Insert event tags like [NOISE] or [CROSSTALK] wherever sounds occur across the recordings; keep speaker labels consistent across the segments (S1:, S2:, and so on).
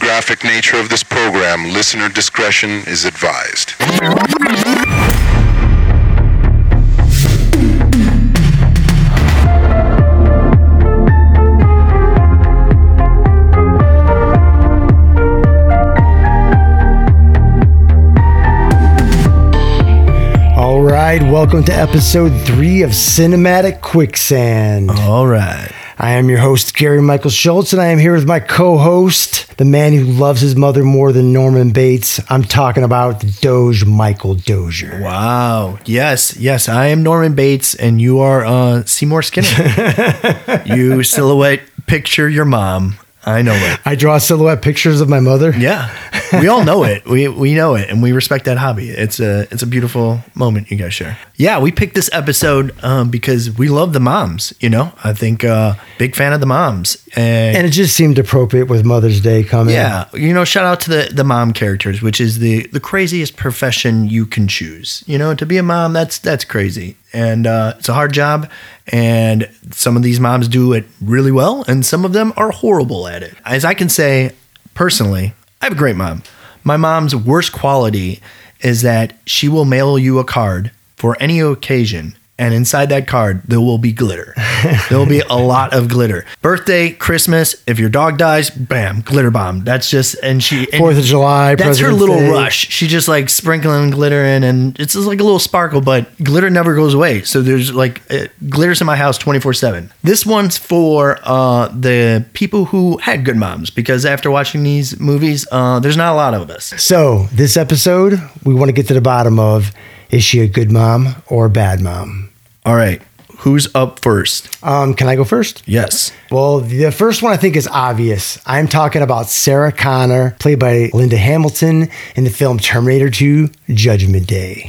S1: graphic nature of this program, listener discretion is advised.
S2: All right, welcome to episode three of Cinematic Quicksand.
S3: All right.
S2: I am your host, Gary Michael Schultz, and I am here with my co host, the man who loves his mother more than Norman Bates. I'm talking about Doge Michael Dozier.
S3: Wow. Yes. Yes. I am Norman Bates, and you are uh, Seymour Skinner. you silhouette picture your mom. I know it.
S2: I draw silhouette pictures of my mother.
S3: Yeah. We all know it. We we know it, and we respect that hobby. It's a it's a beautiful moment you guys share. Yeah. We picked this episode um, because we love the moms. You know, I think uh, big fan of the moms, and,
S2: And it just seemed appropriate with Mother's Day coming.
S3: yeah, you know, shout out to the the mom characters, which is the the craziest profession you can choose. You know, to be a mom, that's that's crazy, and uh, it's a hard job. And some of these moms do it really well, and some of them are horrible at it. As I can say personally, I have a great mom. My mom's worst quality is that she will mail you a card for any occasion. And inside that card, there will be glitter. There will be a lot of glitter. Birthday, Christmas, if your dog dies, bam, glitter bomb. That's just, and she. and
S2: Fourth of July,
S3: That's her
S2: President's
S3: little
S2: Day.
S3: rush. She just like sprinkling glitter in, and it's just like a little sparkle, but glitter never goes away. So there's like uh, glitters in my house 24 7. This one's for uh, the people who had good moms because after watching these movies, uh, there's not a lot of us.
S2: So, this episode, we want to get to the bottom of is she a good mom or a bad mom?
S3: All right. Who's up first?
S2: Um, can I go first?
S3: Yes.
S2: Well, the first one I think is obvious. I'm talking about Sarah Connor, played by Linda Hamilton in the film Terminator 2 Judgment Day.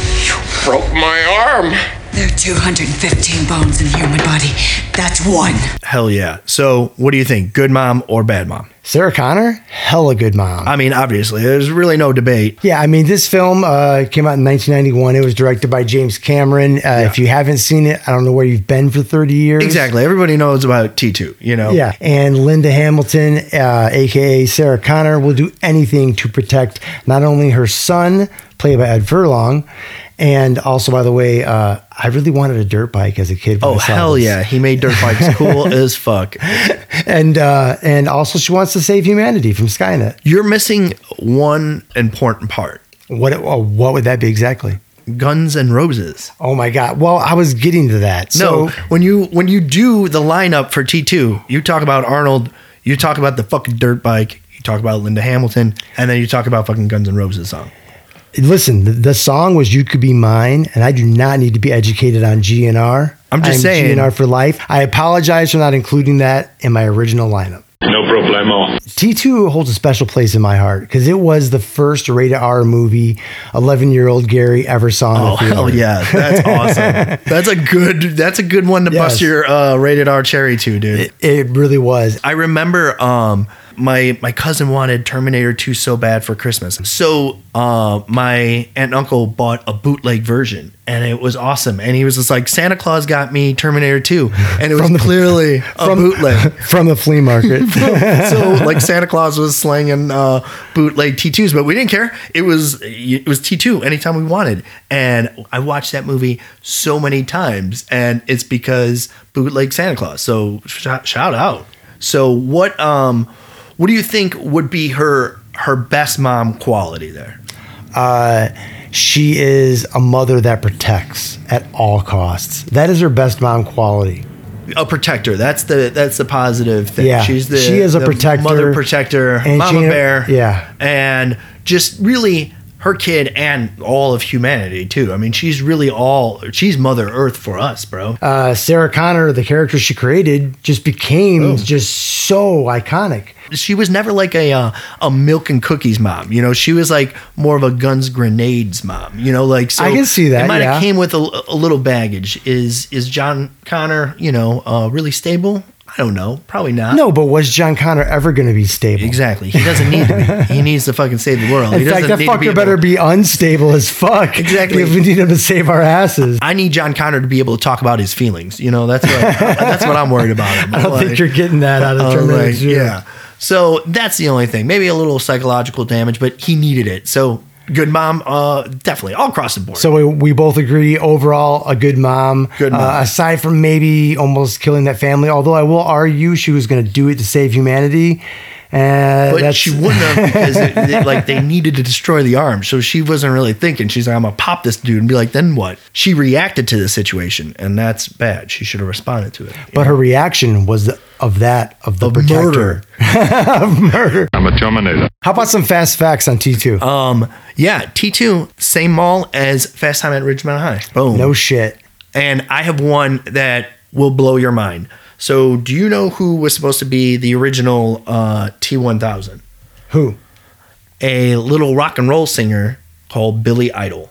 S4: broke my arm.
S5: There are 215 bones in the human body. That's one.
S3: Hell yeah. So what do you think? Good mom or bad mom?
S2: Sarah Connor, hella good mom.
S3: I mean, obviously, there's really no debate.
S2: yeah, I mean, this film uh, came out in 1991. It was directed by James Cameron. Uh, If you haven't seen it, I don't know where you've been for 30 years.
S3: Exactly. Everybody knows about T2, you know?
S2: Yeah, and Linda Hamilton, uh, aka Sarah Connor, will do anything to protect not only her son, played by Ed Furlong, and also, by the way, uh, I really wanted a dirt bike as a kid. when
S3: Oh,
S2: I saw
S3: hell
S2: this.
S3: yeah. He made dirt bikes cool as fuck.
S2: [LAUGHS] And uh, and also, she wants to save humanity from Skynet.
S3: You're missing one important part
S2: What oh, what would that be exactly?
S3: Guns and Roses.
S2: Oh my God! Well, I was getting to that.
S3: No,
S2: so,
S3: when you when you do the lineup for T2, you talk about Arnold, you talk about the fucking dirt bike, you talk about Linda Hamilton, and then you talk about fucking Guns and Roses song.
S2: listen, the, the song was "You Could Be Mine," and I do not need to be educated on GNR.
S3: I'm just
S2: I am
S3: saying-
S2: GNR for life. I apologize for not including that in my original lineup.
S4: No problemo.
S2: T2 holds a special place in my heart because it was the first rated R movie 11 year old Gary ever saw. in
S3: Oh
S2: the theater.
S3: hell yeah, that's awesome. [LAUGHS] That's a good. That's a good one to
S2: Yes.
S3: bust your uh, rated R cherry to, dude.
S2: It really was. [LAUGHS]
S3: I remember um, my my cousin wanted Terminator 2 so bad for Christmas. So uh, my aunt and uncle bought a bootleg version, and it was awesome. And he was just like, Santa Claus got me Terminator 2, and it was clearly a bootleg.
S2: From the flea
S3: [LAUGHS]
S2: market.
S3: so like Santa Claus was slanging uh, bootleg T2s, but we didn't care. It was it was T2 anytime we wanted. And I watched that movie so many times, and it's because bootleg Santa Claus. So shout, shout out. So what um what do you think would be her her best mom quality there?
S2: Uh, she is a mother that protects at all costs. That is her best mom quality.
S3: A protector. That's the that's the positive thing.
S2: Yeah.
S3: she's the
S2: She is a
S3: the
S2: protector.
S3: mother protector,
S2: And
S3: mama
S2: she-
S3: bear.
S2: yeah.
S3: and just really her kid and all of humanity too. I mean, she's really all she's Mother Earth for us, bro.
S2: Uh, Sarah Connor, the character she created, just became
S3: Oh.
S2: just so iconic.
S3: she was never like a uh, a milk and cookies mom. You know, she was like more of a guns grenades mom. You know, like so
S2: I can see that,
S3: It might
S2: yeah.
S3: have came with a, a little baggage. Is is John Connor? You know, uh, really stable? I don't know. Probably not.
S2: No, but was John Connor ever going to be stable?
S3: Exactly. He doesn't need to
S2: [LAUGHS]
S3: be. He needs to fucking save the world. he
S2: In
S3: doesn't
S2: fact, that
S3: need to
S2: fucker
S3: able-
S2: better be unstable as fuck.
S3: Exactly.
S2: If we need him to save our asses.
S3: I need John Connor to be able to talk about his
S2: [LAUGHS]
S3: feelings. You know, that's what that's what I'm worried about. Him.
S2: I don't think you're getting that out of Terminator 2.
S3: yeah. So that's the only thing. Maybe a little psychological damage, but he needed it. So good mom, uh, definitely all across the board.
S2: So we, we both agree overall a good mom.
S3: Good
S2: Uh,
S3: mom.
S2: aside from maybe almost killing that family, although I will argue she was going to do it to save humanity. Uh,
S3: but
S2: that's,
S3: she
S2: [LAUGHS]
S3: wouldn't have because it, they- like they needed to destroy the arm. So she wasn't really thinking. She's like, I'm gonna pop this dude and be like, then what? She reacted to the situation, and that's bad. She should have responded to it.
S2: but her reaction was of that of the
S3: Of
S2: protector.
S3: murder.
S2: of murder.
S1: I'm a Terminator.
S2: How about some fast facts on T two?
S3: Um, yeah, T2, same mall as Fast Time at Ridgemont High. Boom.
S2: no shit.
S3: and I have one that will blow your mind. So, do you know who was supposed to be the original uh, T1000?
S2: Who?
S3: A little rock and roll singer called Billy Idol.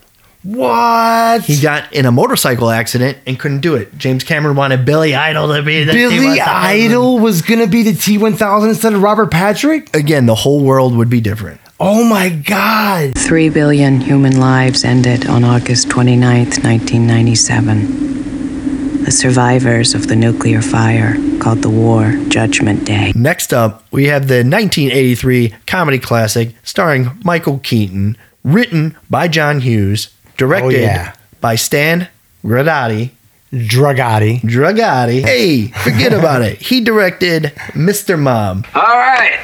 S2: What?
S3: He got in a motorcycle accident and couldn't do it. James Cameron wanted Billy Idol to be the
S2: Billy
S3: T1000.
S2: Idol was gonna be the T one thousand instead of Robert Patrick.
S3: Again, the whole world would be different.
S2: Oh my god!
S6: Three billion human lives ended on August 29th, 1997. The survivors of the nuclear fire, called the War Judgment Day.
S3: Next up, we have the 1983 comedy classic starring Michael Keaton, written by John Hughes, directed
S2: Oh, yeah.
S3: by Stan Gradiati,
S2: Dragati.
S3: Dragati. Hey, forget about it. He directed Mr. Mom.
S7: All right,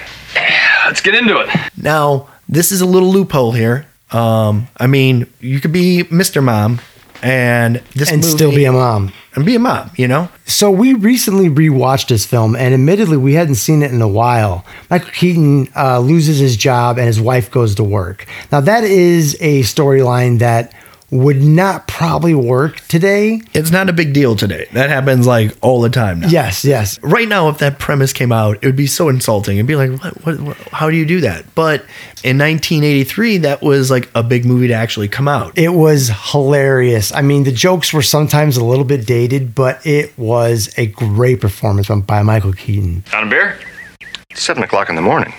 S7: let's get into it.
S3: Now, this is a little loophole here. Um, I mean, you could be Mr. Mom and this
S2: And
S3: movie-
S2: still be a mom.
S3: and be a mom, you know?
S2: So we recently rewatched this film, and admittedly, we hadn't seen it in a while. Michael Keaton uh, loses his job, and his wife goes to work. Now that is a storyline that would not probably work today.
S3: It's not a big deal today. That happens like all the time now.
S2: Yes, yes.
S3: Right now, if that premise came out, it would be so insulting. It'd be like, what, what, what, how do you do that? But in 1983, that was like a big movie to actually come out.
S2: It was hilarious. I mean, the jokes were sometimes a little bit dated, but it was a great performance by- by Michael Keaton.
S7: On a beer?
S8: Seven o'clock in the morning.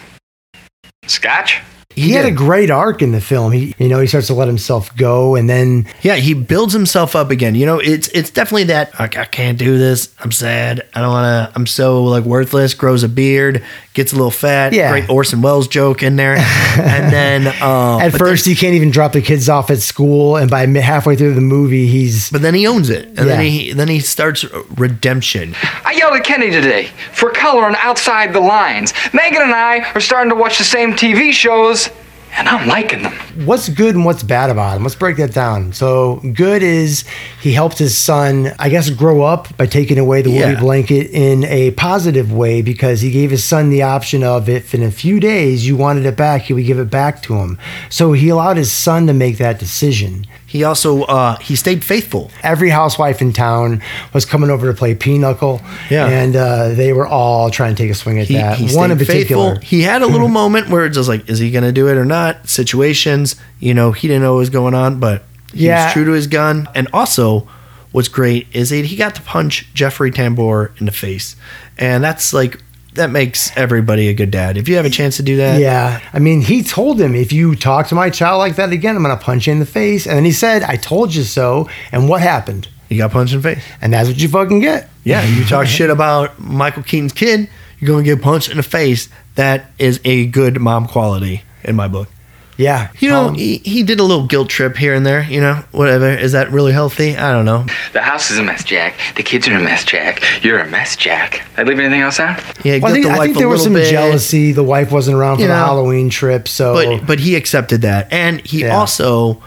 S7: Scotch?
S2: He had
S3: did.
S2: a great arc in the film. He, you know, he starts to let himself go, and then
S3: Yeah, he builds himself up again. You know, it's it's definitely that like, I can't do this. I'm sad. I don't want to. I'm so like worthless. Grows a beard, gets a little fat.
S2: Yeah.
S3: great Orson Welles joke
S2: [LAUGHS]
S3: in there, and then um,
S2: At first, he can't even drop the kids off at school, and by mi- halfway through the movie, he's
S3: but then he owns it, and then
S2: Yeah.
S3: he then he starts redemption.
S7: I yelled at Kenny today for coloring outside the lines. Megan and I are starting to watch the same TV shows, and I'm liking them.
S2: what's good and what's bad about him. Let's break that down. So, good is he helped his son, I guess, grow up by taking away the woolly
S3: Yeah.
S2: blanket in a positive way because he gave his son the option of if in a few days you wanted it back, he would give it back to him. So, he allowed his son to make that decision.
S3: He also uh, he stayed faithful.
S2: every housewife in town was coming over to play pinochle
S3: Yeah.
S2: and uh, they were all trying to take a swing at
S3: He,
S2: that
S3: he
S2: one in
S3: stayed
S2: particular
S3: faithful. He had a little moment where it's just like, is he going to do it or not? Situations, you know, he didn't know what was going on, but he
S2: Yeah.
S3: was true to his gun. And also, what's great is that he got to punch Jeffrey Tambor in the face, and that's like that makes everybody a good dad if you have a chance to do that.
S2: yeah i mean he told him if you talk to my child like that again i'm gonna punch you in the face and then he said i told you so and what happened
S3: you got punched in the face.
S2: and that's what you fucking get [LAUGHS]
S3: Yeah, you talk shit about Michael Keaton's kid, you're going to get punched in the face. That is a good mom quality in my book.
S2: yeah
S3: You know,
S2: Um,
S3: he, he did a little guilt trip here and there, you know, whatever. Is that really healthy? I don't know.
S7: The house is a mess, Jack. The kids are a mess, Jack. You're a mess, Jack. I leave anything else out?
S3: Yeah,
S2: well, I
S3: guilt
S2: think,
S3: the
S2: I
S3: wife
S2: think
S3: a
S2: there was
S3: little
S2: some
S3: bit,
S2: jealousy. The wife wasn't around for
S3: You
S2: the
S3: know,
S2: Halloween trip, so
S3: But but he accepted that. And he
S2: Yeah.
S3: also,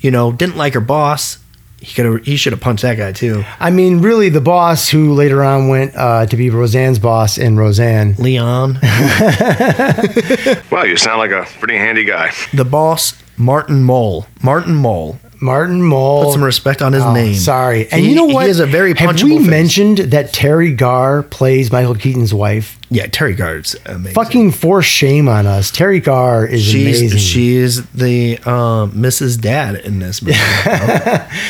S3: you know, didn't like her boss. He could have he should have punched that guy too.
S2: I mean, really, the boss who later on went uh, to be Roseanne's boss in Roseanne. [LAUGHS]
S3: Leon,
S8: Well, you sound like a pretty handy guy.
S3: the boss, Martin Mole. Martin Mole.
S2: Martin Mull.
S3: Put some respect on his
S2: Oh,
S3: name.
S2: Sorry. And
S3: He-
S2: you know what?
S3: He is a very punchable
S2: Have we
S3: face.
S2: mentioned that Terry Garr plays Michael Keaton's wife?
S3: Yeah, Terry Guard's amazing.
S2: Fucking force shame on us. Terry Garr is
S3: She's
S2: amazing.
S3: she's the um, Mrs. Dad in
S2: [LAUGHS]
S3: this movie.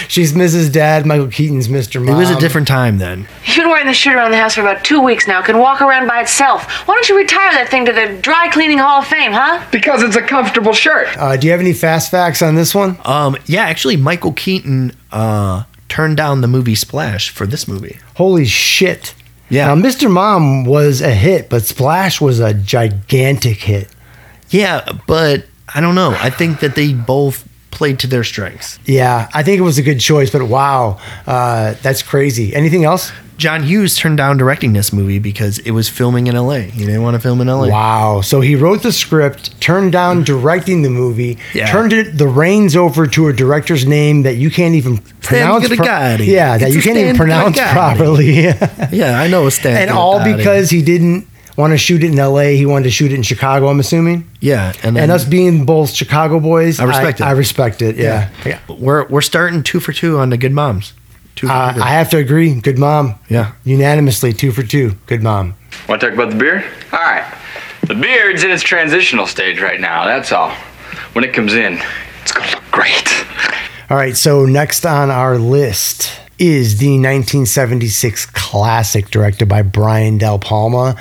S2: She's Mrs. Dad. Michael Keaton's Mr.
S3: it
S2: Mom.
S3: was a different time then.
S9: You've been wearing the shirt around the house for about two weeks now. It Can walk around by itself. Why don't you retire that thing to the dry cleaning hall of fame, huh?
S7: Because it's a comfortable shirt.
S2: Uh, do you have any fast facts on this one?
S3: Um, yeah, actually, Michael Keaton uh, turned down the movie Splash for this movie.
S2: Holy shit.
S3: Yeah.
S2: Now, Mr. Mom was a hit, but Splash was a gigantic hit.
S3: Yeah, but I don't know. I think that they both played to their strengths.
S2: Yeah, I think it was a good choice, but wow, uh, that's crazy. Anything else?
S3: John Hughes turned down directing this movie because it was filming in LA. He didn't want to film in LA.
S2: Wow. So he wrote the script, turned down directing the movie,
S3: Yeah.
S2: turned it, the reins over to a director's name that you can't even pronounce.
S3: Garigaldi.
S2: yeah, that
S3: It's
S2: you
S3: a
S2: can't even
S3: Stan
S2: pronounce
S3: Garigaldi.
S2: properly. [LAUGHS]
S3: Yeah, I know it's that.
S2: and all because he didn't want to shoot it in L.A. He wanted to shoot it in Chicago. I'm assuming.
S3: yeah, and,
S2: And us being both Chicago boys,
S3: I respect it.
S2: I respect it. Yeah.
S3: yeah, we're we're starting two for two on the good moms. Two for
S2: Uh,
S3: two.
S2: I have to agree. Good mom.
S3: Yeah.
S2: Unanimously, two for two. Good mom.
S7: Want to talk about the beard? All right. The beard's in its transitional stage right now, that's all. When it comes in, it's going to look great.
S2: All right. So next on our list is the 1976 classic directed by Brian Del Palma.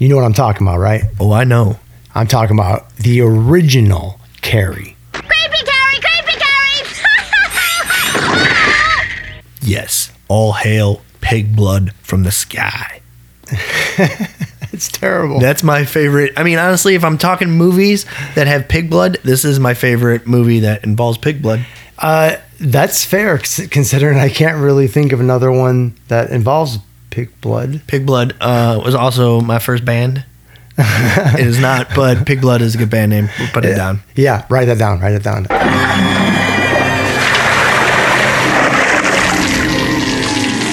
S2: You know what I'm talking about, right?
S3: oh, I know.
S2: I'm talking about the original Carrie.
S10: Creepy Gary, creepy Gary!
S3: Yes, all hail pig blood from the sky.
S2: [LAUGHS] It's terrible.
S3: That's my favorite. I mean, honestly, if I'm talking movies that have pig blood, this is my favorite movie that involves pig blood.
S2: Uh, that's fair c- considering I can't really think of another one that involves pig blood.
S3: Pig Blood uh, was also my
S2: [LAUGHS]
S3: first band. it is not, but Pig Blood is a good band name. We'll put it down.
S2: Yeah, write that down. Write it down.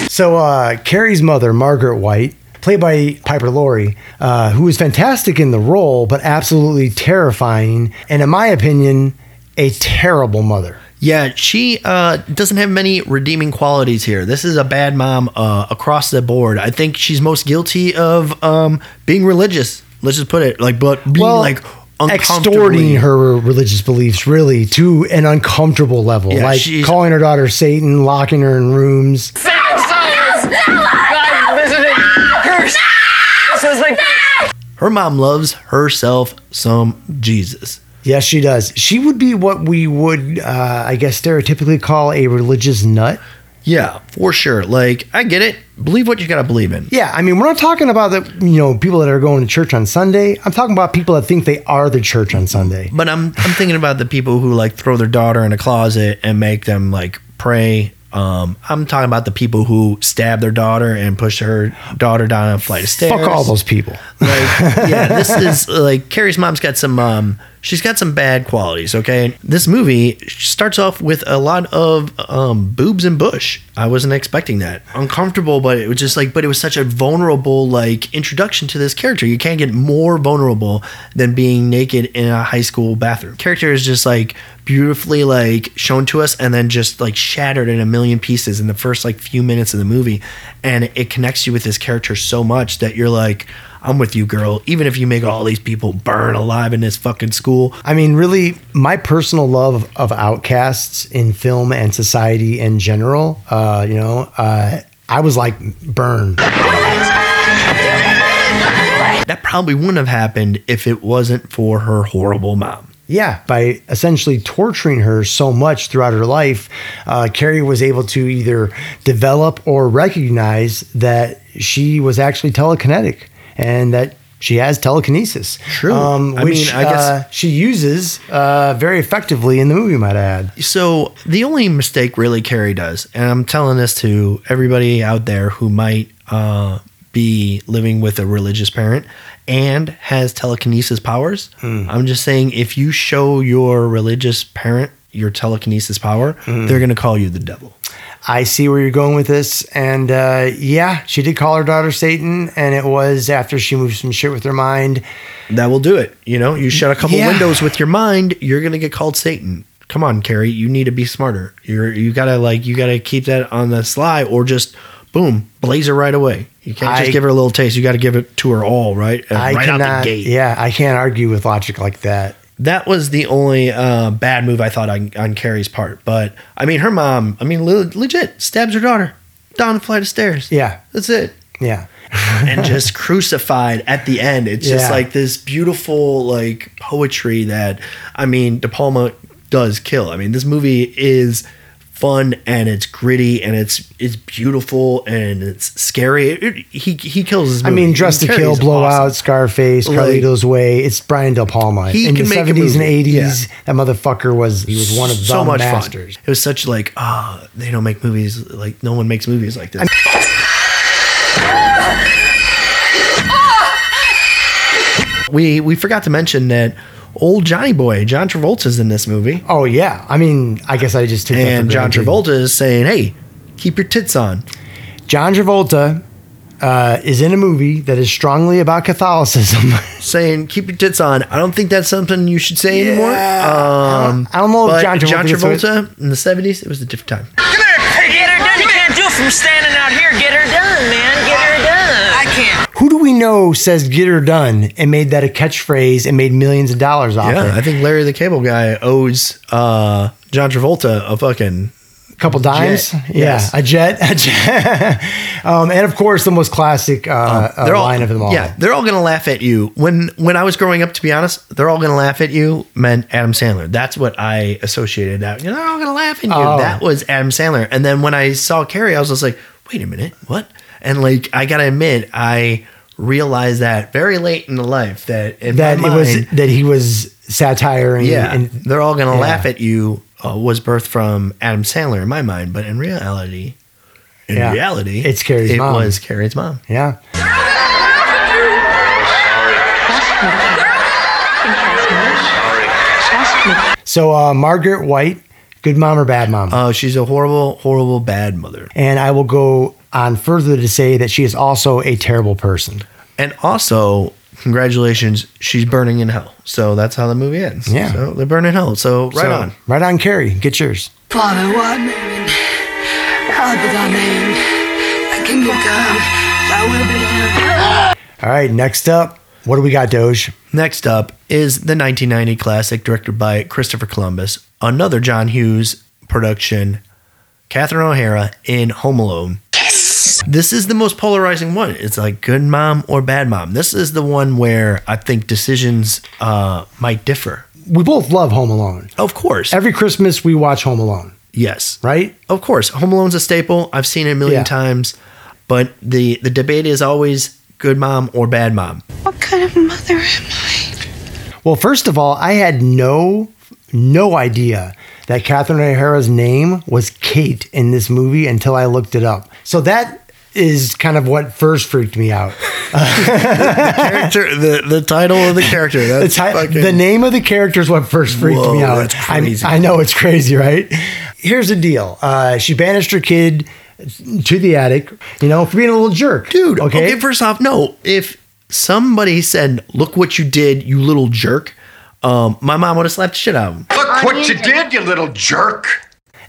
S2: So uh, Carrie's mother, Margaret White, played by Piper Laurie, uh, who was fantastic in the role, but absolutely terrifying, and in my opinion, a terrible mother.
S3: Yeah, she uh, doesn't have many redeeming qualities here. This is a bad mom uh, across the board. I think she's most guilty of um, being religious. Let's just put it like, but being like uncomfortably-
S2: extorting her religious beliefs really to an uncomfortable level,
S3: Yeah,
S2: like
S3: she's-
S2: calling her daughter Satan, locking her in rooms.
S3: Her mom loves herself some Jesus.
S2: Yes, she does. She would be what we would, uh, I guess, stereotypically call a religious nut.
S3: Yeah, for sure. Like, I get it. Believe what you gotta believe in.
S2: Yeah, I mean, we're not talking about the you know people that are going to church on Sunday. I'm talking about people that think they are the church on Sunday.
S3: But I'm I'm thinking about the people who like throw their daughter in a closet and make them like pray. Um, I'm talking about the people who stab their daughter and push her daughter down a flight of stairs.
S2: Fuck all those people.
S3: Like, yeah, this is like Carrie's mom's got some um, she's got some bad qualities. Okay, this movie starts off with a lot of um, boobs and bush. I wasn't expecting that. Uncomfortable, but it was just like, but it was such a vulnerable like introduction to this character. You can't get more vulnerable than being naked in a high school bathroom. Character is just like beautifully like shown to us and then just like shattered in a million pieces in the first like few minutes of the movie and it connects you with this character so much that you're like I'm with you girl even if you make all these people burn alive in this fucking school
S2: I mean, really, my personal love of outcasts in film and society in general. Uh, you know, uh, I was like, burn.
S3: that probably wouldn't have happened if it wasn't for her horrible mom
S2: Yeah, by essentially torturing her so much throughout her life, uh, Carrie was able to either develop or recognize that she was actually telekinetic and that she has telekinesis.
S3: True.
S2: Um,
S3: I
S2: which
S3: mean, I guess-
S2: uh, she uses uh, very effectively in the movie, might I add.
S3: so the only mistake really Carrie does, and I'm telling this to everybody out there who might uh, be living with a religious parent and has telekinesis powers. I'm just saying, if you show your religious parent your telekinesis power, they're going to call you the devil.
S2: I see where you're going with this. And uh, yeah, she did call her daughter Satan, and it was after she moved some shit with her mind.
S3: That will do it. You know, you shut a couple
S2: Mm, Yeah.
S3: windows with your mind, you're going to get called Satan. Come on, Carrie, you need to be smarter. You're you gotta like you gotta keep that on the sly, or just boom, blaze her right away. You can't
S2: I-
S3: just give her a little taste. You got to give it to her all, right? Uh,
S2: I
S3: right
S2: cannot.
S3: out the gate.
S2: Yeah, I can't argue with logic like that.
S3: That was the only uh, bad move I thought on, on Carrie's part. But I mean, her mom. I mean, le- legit stabs her daughter down a flight of stairs.
S2: Yeah,
S3: that's it.
S2: yeah. [LAUGHS]
S3: and just crucified at the end. It's just
S2: Yeah.
S3: like this beautiful like poetry that I mean, De Palma does kill. I mean, this movie is fun and it's gritty and it's it's beautiful and it's scary. It- it- he he kills his.
S2: I
S3: movie.
S2: mean, Dress to
S3: Carrey's
S2: Kill,
S3: awesome.
S2: Blowout, Scarface,
S3: Like-
S2: Carlito's Way. It's Brian De Palma.
S3: He
S2: In
S3: can
S2: the
S3: make a
S2: 70s and
S3: movie.
S2: 80s,
S3: Yeah.
S2: that motherfucker was he was one of the
S3: so much
S2: masters.
S3: fun. It was such like ah, they don't make movies like no one makes movies
S2: [LAUGHS]
S3: like this. we we forgot to mention that old Johnny Boy John Travolta's in this movie,
S2: Oh yeah, I mean, I guess I just took that
S3: and
S2: for
S3: John
S2: granted.
S3: Travolta is saying, "Hey, keep your tits on."
S2: John Travolta uh, is in a movie that is strongly about Catholicism. [LAUGHS]
S3: saying keep your tits on. I don't think that's something you should say anymore. Um,
S2: I don't know if
S3: but
S2: John
S3: John
S2: Travolta
S3: Travolta,
S2: gets away-
S3: in the seventies, it was a different time.
S10: Get her done. You can't do from standing out here. Get her done, man. Get her done. I can't.
S2: Who do we know says "Get her done" and made that a catchphrase and made millions of dollars off
S3: Yeah, I
S2: it?
S3: think Larry the Cable Guy owes uh, John Travolta a fucking
S2: A couple dimes,
S3: Jet.
S2: yeah,
S3: Yes.
S2: a jet, a jet. [LAUGHS] um, and of course the most classic uh, uh, line of them all.
S3: Oh, Yeah, they're all gonna laugh at you. When when I was growing up, to be honest, they're all gonna laugh at you. Meant Adam Sandler. That's what I associated that. You know, they're all gonna laugh at you.
S2: Oh.
S3: That was Adam Sandler. And then when I saw Carrie, I was just like, wait a minute, what? And like, I gotta admit, I realized that very late in the life that in
S2: that
S3: my
S2: it was
S3: mind-
S2: that he was satire and,
S3: yeah,
S2: and
S3: they're all gonna
S2: yeah.
S3: laugh at you. Uh, was birthed from Adam Sandler in my mind, but in reality, in
S2: Yeah.
S3: reality,
S2: It's Carrie's
S3: it
S2: mom.
S3: was Carrie's mom.
S2: yeah. So uh, Margaret White, good mom or bad mom?
S3: Oh, she's a horrible, horrible bad mother.
S2: and I will go on further to say that she is also a terrible person.
S3: And also, congratulations, she's burning in hell. So that's how the movie ends.
S2: Yeah.
S3: So they burn in hell. So right
S2: So,
S3: on.
S2: right on, Carrie. Get yours.
S5: Father, why man? Hallowed be thy name. Thy kingdom come. Thy will be done.
S2: All right, next up, what do we got, Doge?
S3: Next up is the 1990 classic directed by Christopher Columbus, another John Hughes production, Catherine O'Hara in Home Alone. This is the most polarizing one. It's like good mom or bad mom. This is the one where I think decisions uh, might differ.
S2: We both love Home Alone.
S3: Of course.
S2: Every Christmas, we watch Home Alone,
S3: yes.
S2: right?
S3: of course, Home Alone's a staple. I've seen it a million
S2: Yeah.
S3: times, but the the debate is always good mom or bad mom.
S6: What kind of mother am I?
S2: Well, first of all, I had no no idea that Catherine O'Hara's name was Kate in this movie until I looked it up. So that is kind of what first freaked me out.
S3: [LAUGHS] Character, the the title of [LAUGHS] the character.
S2: The,
S3: [LAUGHS] That's
S2: ti-
S3: fucking-
S2: the name of the character is what first freaked
S3: Whoa,
S2: me out.
S3: that's
S2: I-
S3: crazy.
S2: I, know it's crazy, right? Here's the deal: uh, she banished her kid to the attic, you know, for being a little jerk,
S3: dude.
S2: Okay,
S3: Okay? first off, no. If somebody said, "Look what you did, you little jerk," um, my mom would have slapped the shit out of him.
S4: Look what you did, you little jerk.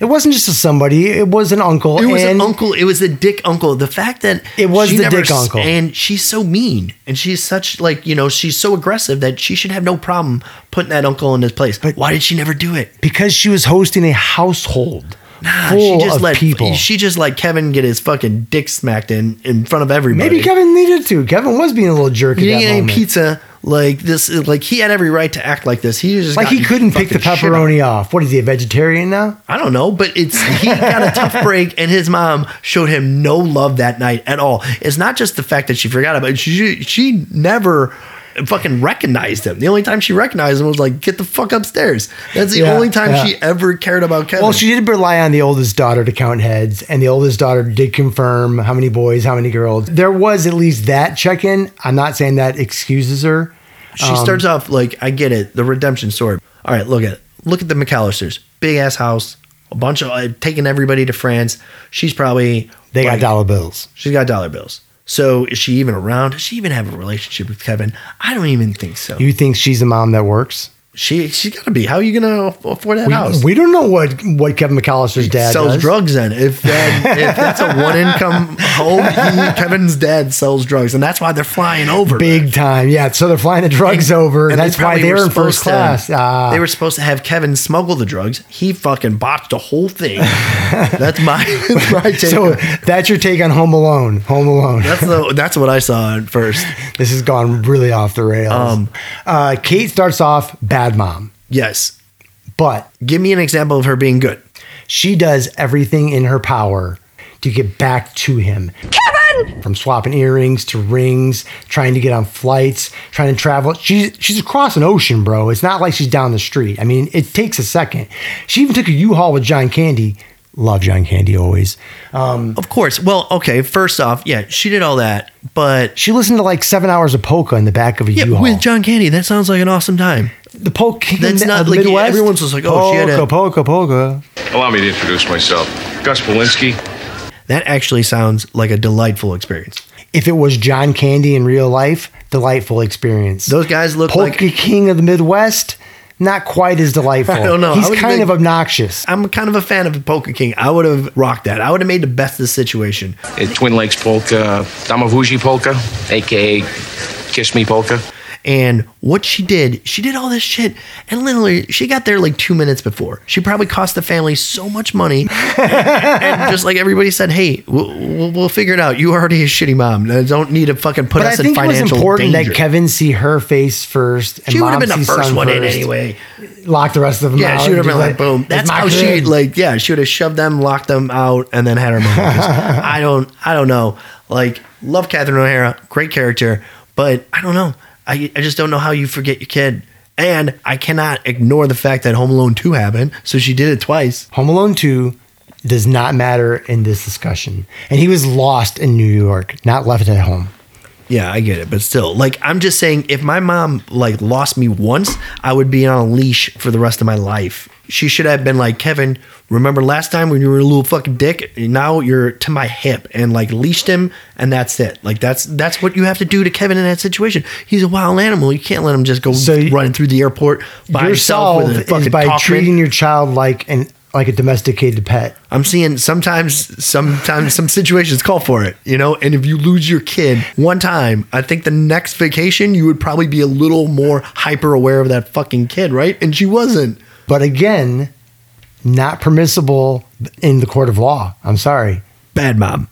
S2: it wasn't just a somebody; it was an uncle.
S3: It was
S2: and
S3: an uncle. It was a dick uncle. The fact that
S2: It was
S3: she
S2: the
S3: never
S2: dick
S3: s-
S2: uncle.
S3: and she's so mean, and she's such like you know she's so aggressive that she should have no problem putting that uncle in his place. But why did she never do it?
S2: because she was hosting a household
S3: Nah,
S2: full
S3: Ah, she just
S2: of
S3: let
S2: people.
S3: she just let Kevin get his fucking dick smacked in in front of everybody.
S2: Maybe Kevin needed to. Kevin was being a little jerk at
S3: he didn't
S2: that
S3: get any
S2: moment.
S3: pizza. Like this, like he had every right to act like this. He just
S2: like he
S3: got
S2: couldn't pick the
S3: fucking shit on.
S2: pepperoni off. What is he a vegetarian now?
S3: I don't know, but it's he got a
S2: [LAUGHS]
S3: tough break, and his mom showed him no love that night at all. It's not just the fact that she forgot about it; she she never fucking recognized him. The only time she recognized him was like, "Get the fuck upstairs." That's the
S2: Yeah,
S3: only time
S2: yeah.
S3: she ever cared about Kevin.
S2: Well, she did rely on the oldest daughter to count heads, and the oldest daughter did confirm how many boys, how many girls. There was at least that check in. I'm not saying that excuses her.
S3: She
S2: Um,
S3: starts off like, I get it, the redemption sword. All right, look at it. Look at the McAllisters. Big ass house, a bunch of, uh, taking everybody to France. She's probably,
S2: They
S3: like,
S2: got dollar bills.
S3: She's got dollar bills. So is she even around? Does she even have a relationship with Kevin? I don't even think so.
S2: You think she's a mom that works?
S3: she she's got to be. How are you gonna aff- afford that house?
S2: We don't know what, what Kevin McAllister's dad
S3: sells
S2: does.
S3: drugs then. If that, if that's a one income home, he- Kevin's dad sells drugs, and that's why they're flying over.
S2: Big time. Yeah. So they're flying the drugs over.
S3: And
S2: That's why
S3: probably
S2: they were in
S3: supposed
S2: first class.
S3: To,
S2: Ah.
S3: They were supposed to have Kevin smuggle the drugs. He fucking botched the whole thing.
S2: [LAUGHS]
S3: that's my that's [LAUGHS] my take.
S2: so that's your take on Home Alone. Home Alone.
S3: that's the, that's what I saw at first.
S2: This has gone really off the rails.
S3: Um,
S2: uh, Kate starts off bad mom,
S3: Yes,
S2: but
S3: give me an example of her being good.
S2: She does everything in her power to get back to him.
S5: Kevin!
S2: From swapping earrings to rings, trying to get on flights, trying to travel. She's she's across an ocean, bro. It's not like she's down the street. I mean, it takes a second. She even took a U-Haul with John Candy. Love John Candy always. Um,
S3: of course. Well, okay. First off, yeah, she did all that, but
S2: she listened to like seven hours of polka in the back of a
S3: yeah,
S2: haul
S3: with John Candy. That sounds like an awesome time.
S2: the polka.
S3: That's
S2: in
S3: not
S2: the
S3: like-
S2: Midwest.
S3: everyone's just like, oh, she
S2: polka,
S3: had a-
S2: polka, polka.
S11: Allow me to introduce myself. Gus Polinski.
S3: That actually sounds like a delightful experience.
S2: If it was John Candy in real life, delightful experience.
S3: Those guys look
S2: polka
S3: like
S2: king of the Midwest, not quite as delightful.
S3: [LAUGHS] I don't know. I
S2: He's
S3: would've
S2: kind of
S3: been-
S2: obnoxious.
S3: I'm kind of a fan of Poker King. I would have rocked that. I would have made the best of the situation.
S11: A Twin Lakes Polka. Damavuji Polka, a.k.a. Kiss Me Polka.
S3: And what she did, she did all this shit, and literally, she got there like two minutes before. She probably cost the family so
S2: [LAUGHS]
S3: much money, and, and just like everybody said, "Hey, we'll, we'll, we'll figure it out. You already a shitty mom. I don't need to fucking put
S2: But I
S3: us in
S2: think it was
S3: financial
S2: important
S3: danger."
S2: that Kevin see her face first. And
S3: she would have
S2: Mom
S3: been the
S2: see
S3: first
S2: son
S3: one in
S2: first,
S3: anyway.
S2: Lock the rest of them
S3: Yeah,
S2: out.
S3: she would have
S2: and
S3: been
S2: be
S3: like, boom.
S2: "It's
S3: That's
S2: my
S3: how she
S2: kid."
S3: like. Yeah, she would have shoved them, locked them out, and then had her moment. 'Cause I don't, I don't know. Like, love Catherine O'Hara, great character, but I don't know. I, I just don't know how you forget your kid. And I cannot ignore the fact that Home Alone 2 happened, so she did it twice.
S2: Home Alone 2 does not matter in this discussion. And he was lost in New York, not left at home.
S3: Yeah, I get it, but still, like, I'm just saying, if my mom like lost me once, I would be on a leash for the rest of my life. She should have been like, Kevin, remember last time when you were a little fucking dick? Now you're to my hip, and like leashed him, and that's it. Like that's that's what you have to do to Kevin in that situation. He's a wild animal. You can't let him just go running through the airport by
S2: Your
S3: himself
S2: solve
S3: with a
S2: is
S3: fucking
S2: by
S3: Walkman.
S2: treating your child like an like a domesticated pet.
S3: I'm seeing sometimes, sometimes some situations call for it, you know. And if you lose your kid one time, I think the next vacation you would probably be a little more hyper aware of that fucking kid, right? And she wasn't.
S2: But again, not permissible in the court of law. I'm sorry.
S3: Bad mom.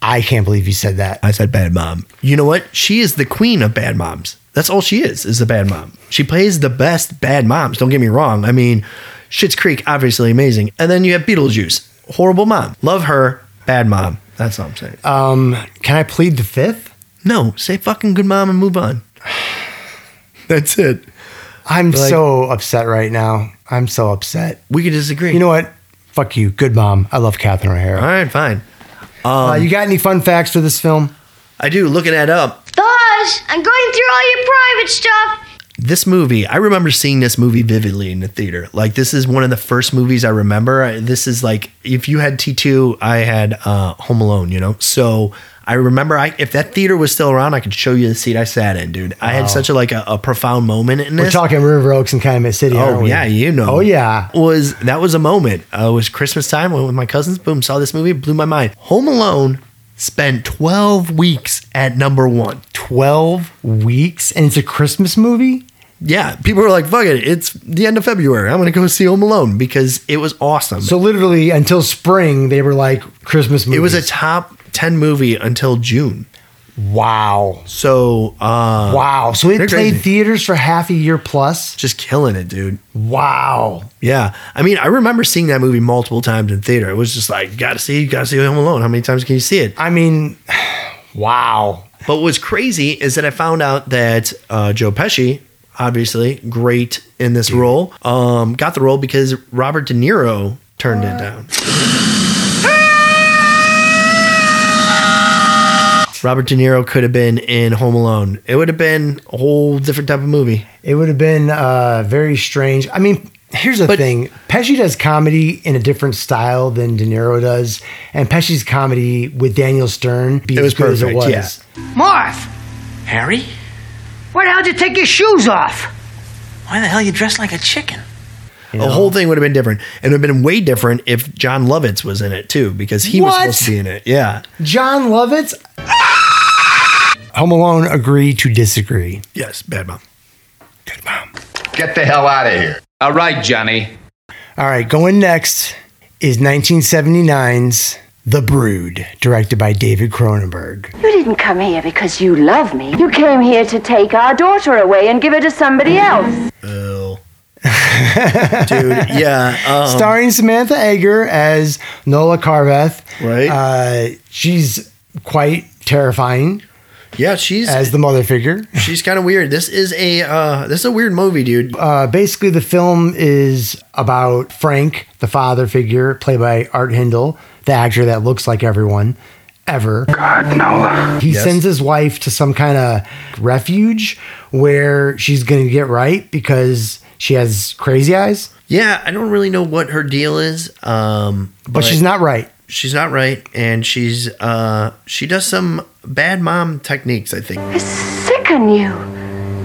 S2: I can't believe you said that.
S3: I said bad mom. You know what? She is the queen of bad moms. That's all she is, is a bad mom. She plays the best bad moms. Don't get me wrong. I mean, Shit's Creek, obviously amazing. And then you have Beetlejuice, horrible mom. Love her, bad mom. That's all I'm saying.
S2: Um, can I plead the fifth?
S3: No, say fucking good mom and
S2: [SIGHS]
S3: move on. That's it.
S2: I'm
S3: Like-
S2: so upset right now. I'm so upset.
S3: We could disagree.
S2: You know what? Fuck you. Good mom. I love Catherine O'Hara.
S3: All right, fine.
S2: Uh,
S3: Um,
S2: you got any fun facts for this film?
S3: I do. Looking that up,
S12: Buzz, I'm going through all your private stuff.
S3: this movie. I remember seeing this movie vividly in the theater. Like this is one of the first movies I remember. I- This is like if you had T two, I had uh, Home Alone. You know, so I remember. I if that theater was still around, I could show you the seat I sat in, dude. I
S2: Wow.
S3: had such a like a, a profound moment in
S2: We're
S3: this.
S2: talking River Oaks and Calumet City.
S3: Oh
S2: aren't we?
S3: yeah, you know.
S2: Oh yeah.
S3: was that was a moment. Uh, it was Christmas time. Went with my cousins. Boom, saw this movie. Blew my mind. Home Alone spent twelve weeks at number one.
S2: 12 weeks and it's a Christmas movie?
S3: Yeah, people were like, "Fuck it, it's the end of February. I'm gonna go see Home Alone because it was awesome."
S2: So literally until spring they were like Christmas movies.
S3: it was a top ten movie until June.
S2: wow.
S3: So uh,
S2: Wow. So it
S3: they're
S2: played
S3: crazy.
S2: theaters for half a year plus.
S3: just killing it, dude.
S2: Wow.
S3: Yeah, I mean, I remember seeing that movie multiple times in theater. It was just like, gotta see, gotta see Home Alone. How many times can you see it?
S2: I mean, [SIGHS] wow.
S3: But what's crazy is that I found out that uh, Joe Pesci, obviously great in this role, um, got the role because Robert De Niro turned it down. Robert De Niro could have been in Home Alone. It would have been a whole different type of movie.
S2: It would have been uh, very strange. I mean, here's the
S3: But-
S2: thing: Pesci does comedy in a different style than De Niro does, and Pesci's comedy with Daniel Stern be
S3: It was
S2: as good as it
S3: perfect,
S2: was.
S3: yeah.
S13: Marv,
S10: Harry?
S13: where the hell did you take your shoes off?
S10: Why the hell you dressed like a chicken?
S3: The whole thing would have been different. And it would have been way different if John Lovitz was in it too, because he was
S2: What?
S3: supposed to be in it. Yeah.
S2: John Lovitz. [LAUGHS] Home Alone agree to disagree.
S3: Yes, bad mom.
S4: Get the hell out of here.
S7: All right, Johnny.
S2: All right, going next is 1979's The Brood, directed by David Cronenberg.
S12: You didn't come here because you love me. You came here to take our daughter away and give her to somebody else.
S3: Oh. [LAUGHS] dude. Yeah, um,
S2: starring Samantha Egger as Nola Carveth.
S3: Right.
S2: Uh, she's quite terrifying
S3: Yeah, she's
S2: as the mother figure.
S3: she's kind of weird. This is a uh, this is a weird movie, dude.
S2: Uh, basically, the film is about Frank, the father figure, played by Art Hindle, the actor that looks like everyone ever. God, no. He
S3: Yes.
S2: sends his wife to some kind of refuge where she's going to get right because she has crazy eyes,
S3: Yeah, I don't really know what her deal is. Um,
S2: but, she's not right.
S3: She's not right, and she's uh, she does some bad mom techniques. I think.
S12: Sick on you.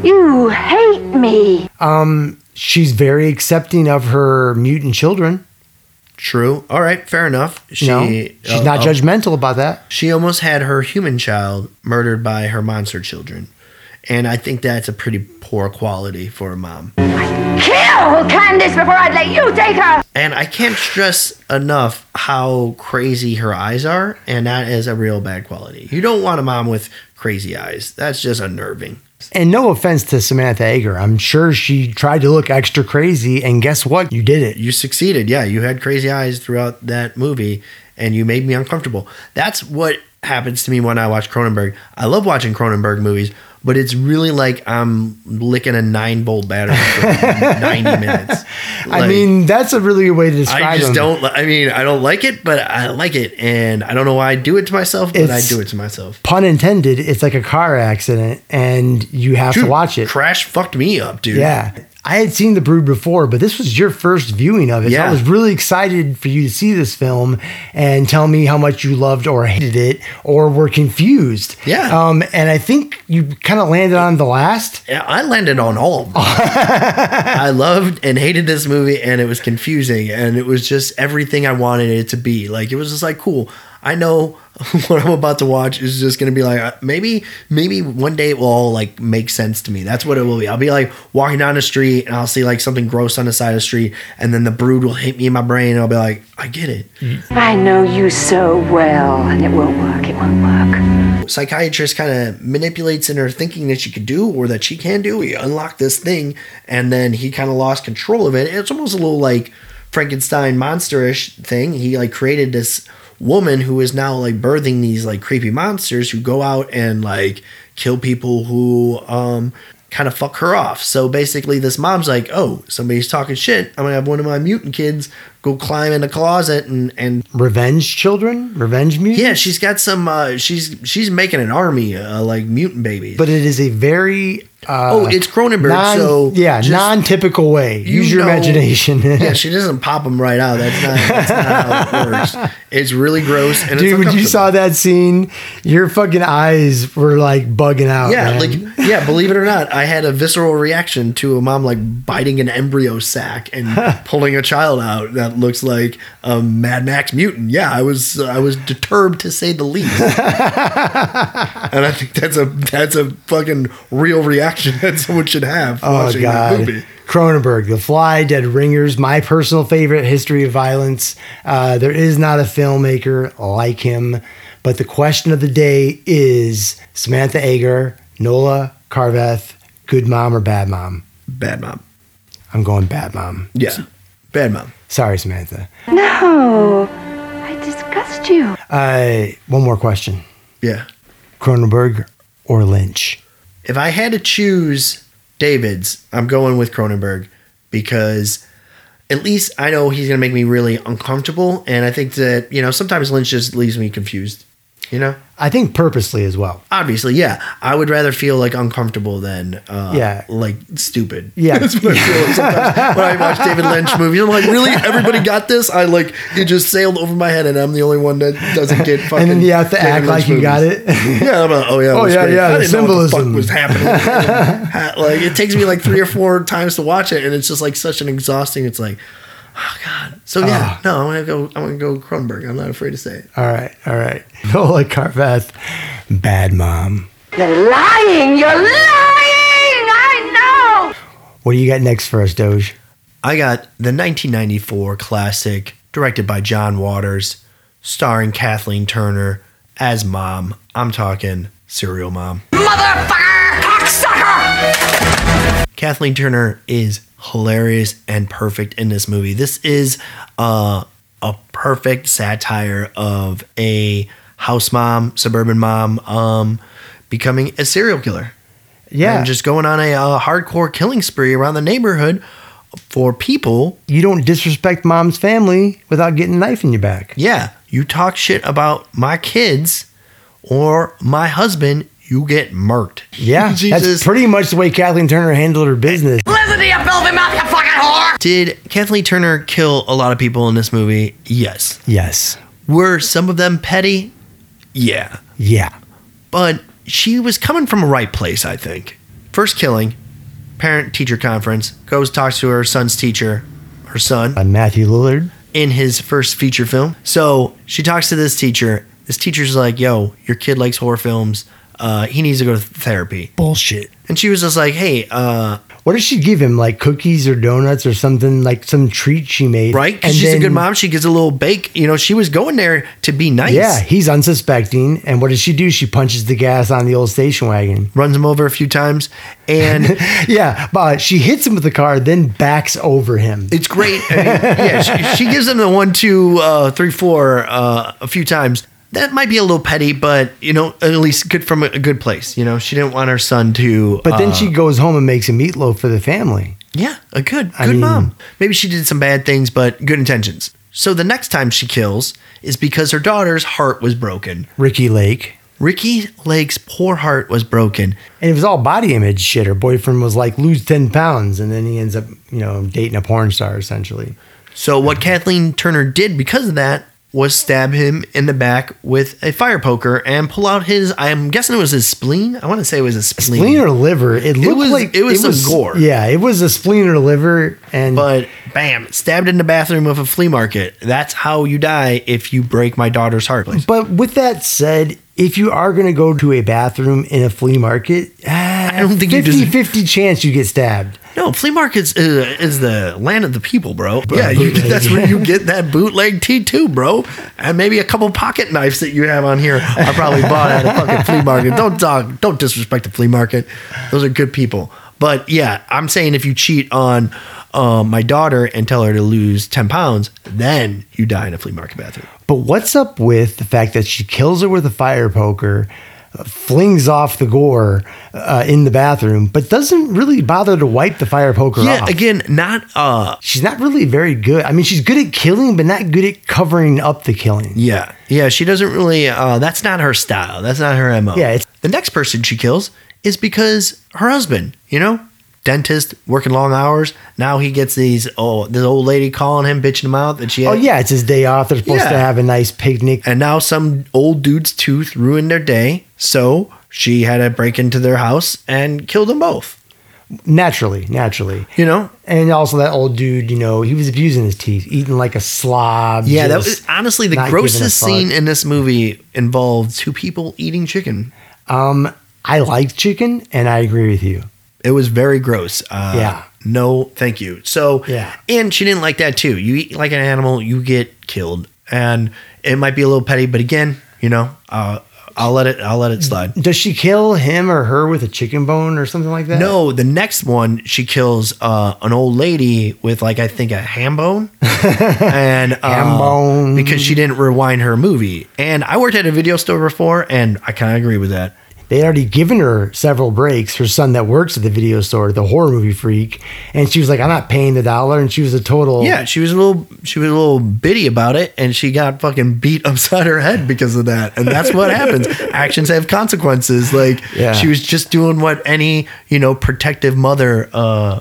S12: You hate me.
S2: Um, she's very accepting of her mutant children.
S3: True. All right. Fair enough. She,
S2: no, she's
S3: uh,
S2: not
S3: uh,
S2: judgmental about that.
S3: She almost had her human child murdered by her monster children, and I think that's a pretty poor quality for a mom.
S12: Kill Candace before I'd let you take her.
S3: And I can't stress enough how crazy her eyes are, and that is a real bad quality. You don't want a mom with crazy eyes. That's just unnerving.
S2: And no offense to Samantha Egger, I'm sure she tried to look extra crazy, and guess what? You did it.
S3: You succeeded. Yeah, you had crazy eyes throughout that movie, and you made me uncomfortable. That's what happens to me when I watch Cronenberg. I love watching Cronenberg movies, but it's really like I'm licking a nine bolt battery
S2: [LAUGHS]
S3: for 90 minutes.
S2: I
S3: Like-
S2: mean, that's a really good way to describe
S3: I just
S2: him.
S3: don't. li- I mean, I don't like it, but I like it, and I don't know why I do it to myself, but
S2: It's-
S3: I do it to myself.
S2: Pun intended. It's like a car accident, and you have
S3: Dude,
S2: to watch it.
S3: Crash fucked me up, dude.
S2: Yeah, I had seen The Brood before, but this was your first viewing of it. So I
S3: Yeah.
S2: was really excited for you to see this film and tell me how much you loved or hated it or were confused.
S3: Yeah.
S2: Um, and I think you kind of landed on the last.
S3: Yeah, I landed on
S2: [LAUGHS]
S3: all of them. I loved and hated this movie, and it was confusing, and it was just everything I wanted it to be. Like it was just like cool. I know [LAUGHS] what I'm about to watch is just gonna be like uh, maybe maybe one day it will all like make sense to me. That's what it will be. I'll be like walking down the street and I'll see like something gross on the side of the street, and then the brood will hit me in my brain, and I'll be like, I get it.
S12: I know you so well, and it won't work. It won't work.
S3: psychiatrist kind of manipulates in her thinking that she could do or that she can do. He unlocked this thing, and then he kind of lost control of it. It's almost a little like Frankenstein monsterish thing. He like created this woman who is now like birthing these like creepy monsters who go out and like kill people who um kind of fuck her off. So basically this mom's like, "Oh, somebody's talking shit. I'm going to have one of my mutant kids go climb in a closet and and
S2: Revenge Children, Revenge Music.
S3: yeah, she's got some. Uh, she's she's making an army uh, like mutant babies.
S2: But it is a very. Uh,
S3: oh, it's Cronenberg,
S2: non,
S3: so
S2: yeah,
S3: just-
S2: non-typical way.
S3: you
S2: Use your
S3: know-
S2: imagination.
S3: [LAUGHS] yeah, she doesn't pop them right out. That's not, that's not how it works. It's really gross. And it's
S2: Dude, when you
S3: uncomfortable.
S2: saw that scene, your fucking eyes were like bugging out.
S3: yeah,
S2: man.
S3: like yeah, believe it or not, I had a visceral reaction to a mom like biting an embryo sac and pulling a child out that looks like a Mad Max mutant. Yeah, I was I was deterred to say the
S2: [LAUGHS]
S3: least. and I think that's a that's a fucking real reaction [LAUGHS] that someone should have
S2: oh
S3: watching that
S2: god,
S3: movie.
S2: Cronenberg, The Fly, Dead Ringers, my personal favorite, History of Violence. Uh, there is not a filmmaker like him. But the question of the day is Samantha Agar, Nola Carveth, good mom or bad mom?
S3: Bad mom.
S2: I'm going bad mom.
S3: Yeah. Bad mom.
S2: Sorry, Samantha.
S12: No, I disgust you.
S2: Uh, one more question:
S3: Yeah.
S2: Cronenberg or Lynch?
S3: If I had to choose David's, I'm going with Cronenberg because at least I know he's going to make me really uncomfortable. And I think that, you know, sometimes Lynch just leaves me confused, you know?
S2: I think purposely as well.
S3: Obviously, yeah. I would rather feel like uncomfortable than, uh,
S2: Yeah.
S3: like stupid.
S2: Yeah.
S3: [LAUGHS] That's what I feel
S2: [LAUGHS]
S3: sometimes when I watch David Lynch movies. I'm like, really? Everybody got this? I like, it just sailed over my head and I'm the only one that doesn't get fucking.
S2: And then you have to
S3: David
S2: act
S3: Lynch
S2: like you got
S3: movies.
S2: it.
S3: Yeah, I'm a, oh yeah, it
S2: Oh,
S3: was
S2: yeah,
S3: great.
S2: yeah,
S3: I
S2: the
S3: didn't know what the
S2: symbolism.
S3: fuck was happening. Ha-
S2: [LAUGHS]
S3: like it takes me like three or four times to watch it, and it's just like such an exhausting. It's like, oh god. So yeah,
S2: Ah.
S3: no, I'm gonna go. I'm gonna go Cronenberg. I'm not afraid to say it.
S2: [LAUGHS] All right, all right. Nola Carveth, bad mom.
S12: You're lying. You're lying. I
S2: What do you got next for us, Doge?
S3: I got the 1994 classic, directed by John Waters, starring Kathleen Turner as mom. I'm talking serial mom.
S5: Motherfucker! Cocksucker!
S3: Kathleen Turner is hilarious and perfect in this movie. This is uh, a perfect satire of a house mom, suburban mom, um, becoming a serial killer.
S2: Yeah.
S3: And just going on a uh, hardcore killing spree around the neighborhood for people.
S2: You don't disrespect mom's family without getting a knife in your [LAUGHS] back.
S3: Yeah. You talk shit about my kids or my husband, you get murked. [LAUGHS]
S2: Yeah. That's pretty much the way Kathleen Turner handled her business.
S5: Listen to your filthy mouth, you fucking whore!
S3: Did Kathleen Turner kill a lot of people in this movie? Yes.
S2: Yes.
S3: Were some of them petty? Yeah.
S2: Yeah.
S3: But she was coming from a right place, I think. First killing, parent teacher conference, goes talks to her son's teacher, her son,
S2: By Matthew Lillard.
S3: in his first feature film. So she talks to this teacher. This teacher's like, yo, your kid likes horror films. Uh, he needs to go to therapy.
S2: Bullshit.
S3: And she was just like, hey, uh,
S2: What did she give him? Like cookies or donuts or something, like some treat she made.
S3: right? Because
S2: And
S3: she's
S2: then-
S3: a good mom. She gives a little bake. You know, she was going there to be nice.
S2: Yeah, he's unsuspecting. And what does she do? She punches the gas on the old station wagon.
S3: Runs him over a few times.
S2: [LAUGHS]
S3: And
S2: Yeah, but she hits him with the car, then backs over him.
S3: It's great. I mean, yeah, she, she gives him the one, two, uh, three, four uh, a few times. That might be a little petty, but you know, at least good from a good place. You know, she didn't want her son to.
S2: But then
S3: uh,
S2: she goes home and makes a meatloaf for the family.
S3: yeah, a good, good
S2: I mean-
S3: mom. Maybe she did some bad things, but good intentions. So the next time she kills is because her daughter's heart was broken.
S2: Ricky Lake.
S3: Ricky Lake's poor heart was broken.
S2: And it was all body image shit. Her boyfriend was like, lose 10 pounds. And then he ends up, you know, dating a porn star essentially.
S3: So what Kathleen Turner did because of that was stab him in the back with a fire poker and pull out his. I'm guessing it was his spleen. I want to say it was his spleen.
S2: Spleen or liver. It looked
S3: was-
S2: like
S3: it was some gore.
S2: Yeah, it was a spleen or liver. And
S3: but bam, stabbed in the bathroom of a flea market. That's how you die if you break my daughter's heart. Please.
S2: But with that said, if you are going to go to a bathroom in a flea market, I
S3: don't think you
S2: 50,
S3: deserve-
S2: 50 chance you get stabbed.
S3: No, flea markets is, is the land of the people, bro.
S2: Bro,
S3: yeah, you,
S2: bootleg.
S3: that's where you get that bootleg T two, bro, and maybe a couple pocket knives that you have on here. I
S2: [LAUGHS]
S3: probably bought at a fucking flea market. Don't talk, don't disrespect the flea market. Those are good people. But yeah, I'm saying if you cheat on um, my daughter and tell her to lose ten pounds, then you die in a flea market bathroom.
S2: But what's up with the fact that she kills her with a fire poker, uh, flings off the gore uh, in the bathroom, but doesn't really bother to wipe the fire poker
S3: Yeah,
S2: off?
S3: again, not uh,
S2: she's not really very good. I mean, she's good at killing, but not good at covering up the killing.
S3: Yeah. Yeah. She doesn't really, uh, that's not her style. That's not her MO.
S2: Yeah, it's-
S3: the next person she kills is because her husband, you know, dentist, working long hours. Now he gets these, oh, this old lady calling him, bitching him out that she
S2: Oh yeah, it's his day off. They're supposed to
S3: Yeah.
S2: have a nice picnic.
S3: And now some old dude's tooth ruined their day. So she had to break into their house and kill them both,
S2: Naturally, naturally.
S3: you know?
S2: And also that old dude, you know, he was abusing his teeth, eating like a slob.
S3: Yeah, that
S2: just
S3: was honestly the
S2: not giving a
S3: grossest
S2: fuck.
S3: scene in this movie involved two people eating chicken.
S2: Um, I like chicken, and I agree with you.
S3: It was very gross. Uh,
S2: Yeah.
S3: No, thank you. So,
S2: Yeah.
S3: And she didn't like that too. You eat like an animal, you get killed. And it might be a little petty, but again, you know, uh, I'll let it. I'll let it slide.
S2: Does she kill him or her with a chicken bone or something like that?
S3: No, the next one she kills uh, an old lady with like I think a ham bone
S2: [LAUGHS]
S3: and uh,
S2: Ham bone.
S3: because she didn't rewind her movie. And I worked at a video store before, and I kind of agree with that.
S2: They had already given her several breaks, her son that works at the video store, the horror movie freak. And she was like, I'm not paying the dollar. And she was a total.
S3: Yeah, she was a little she was a little bitty about it, and she got fucking beat [LAUGHS] upside her head because of that. And that's what happens. Actions have consequences. Like
S2: Yeah.
S3: she was just doing what any you know protective mother uh,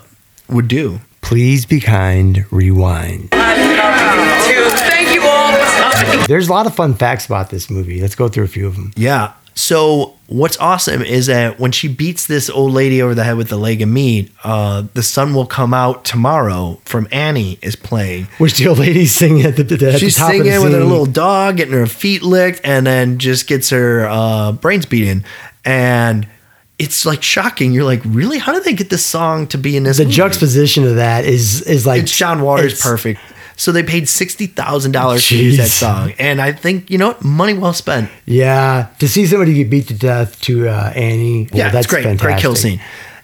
S3: would do.
S2: Please be kind, rewind.
S10: Thank you all.
S2: There's a lot of fun facts about this movie. Let's go through a few of them.
S3: Yeah. So what's awesome is that when she beats this old lady over the head with the leg of meat, uh, the sun will come out tomorrow from Annie is playing.
S2: Which the old lady's [LAUGHS] singing at the, at
S3: She's
S2: the top
S3: singing
S2: of the
S3: with her
S2: scene.
S3: little dog, getting her feet licked, and then just gets her uh, brains beaten. And it's like shocking. You're like, really? How did they get this song to be in this?
S2: The
S3: movie?
S2: juxtaposition of that is is like
S3: It's Sean Waters,
S2: it's-
S3: perfect. So they paid sixty thousand dollars to use that
S2: Jeez.
S3: song, and I think you know what, money well spent.
S2: Yeah, to see somebody get beat to death to uh, Annie. well,
S3: yeah, that's great. Great kill
S2: fantastic.
S3: scene.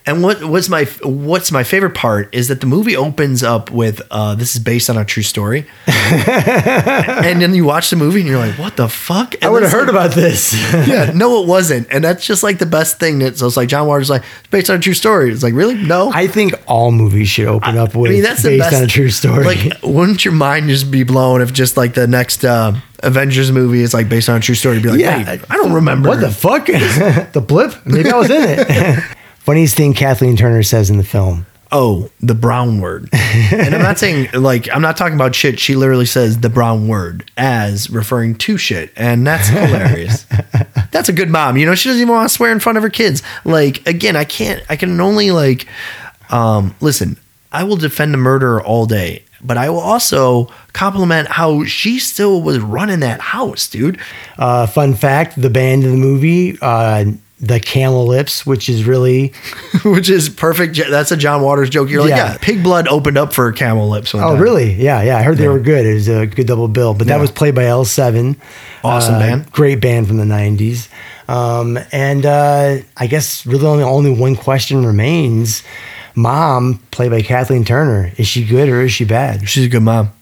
S3: And what what's my what's my favorite part is that the movie opens up with uh, this is based on a
S2: [LAUGHS]
S3: true story, and then you watch the movie and you're like, what the fuck? And
S2: I would've
S3: that's
S2: heard about this. [LAUGHS]
S3: yeah, no, it wasn't, and that's just like the best thing. That so it's like John Waters like it's based on a true story. It's like really no.
S2: I think all movies should open up with
S3: I mean, that's the
S2: based
S3: best.
S2: on a true story.
S3: Like, wouldn't your mind just be blown if just like the next uh, Avengers movie is like based on a true story? You'd Be
S2: [LAUGHS]
S3: like,
S2: Yeah.
S3: wait, I don't remember.
S2: What the fuck? [LAUGHS] the blip? Maybe I was in it. [LAUGHS] Funniest thing Kathleen Turner says in the film.
S3: Oh, the brown word. and I'm
S2: [LAUGHS]
S3: not saying like I'm not talking about shit. She literally says the brown word as referring to shit, and
S2: [LAUGHS]
S3: that's hilarious. that's a good mom. You know, she doesn't even want to swear in front of her kids. Like again, I can't. I can only like um, listen. I will defend the murderer all day, but I will also compliment how she still was running that house, dude. [LAUGHS]
S2: Uh, fun fact the band in the movie, uh, the Camel Lips, which is really.
S3: Which is perfect. That's a John Waters joke. You're like,
S2: Yeah.
S3: yeah, pig blood opened up for camel lips. one
S2: Oh,
S3: time.
S2: really? Yeah, yeah. I heard they were good. It was a good double bill, but that
S3: Yeah.
S2: was played by L7.
S3: Awesome
S2: Uh,
S3: band.
S2: Great band from the 90s. Um, and uh, I guess really only, only one question remains Mom, played by Kathleen Turner, is she good or is she bad?
S3: She's a good mom.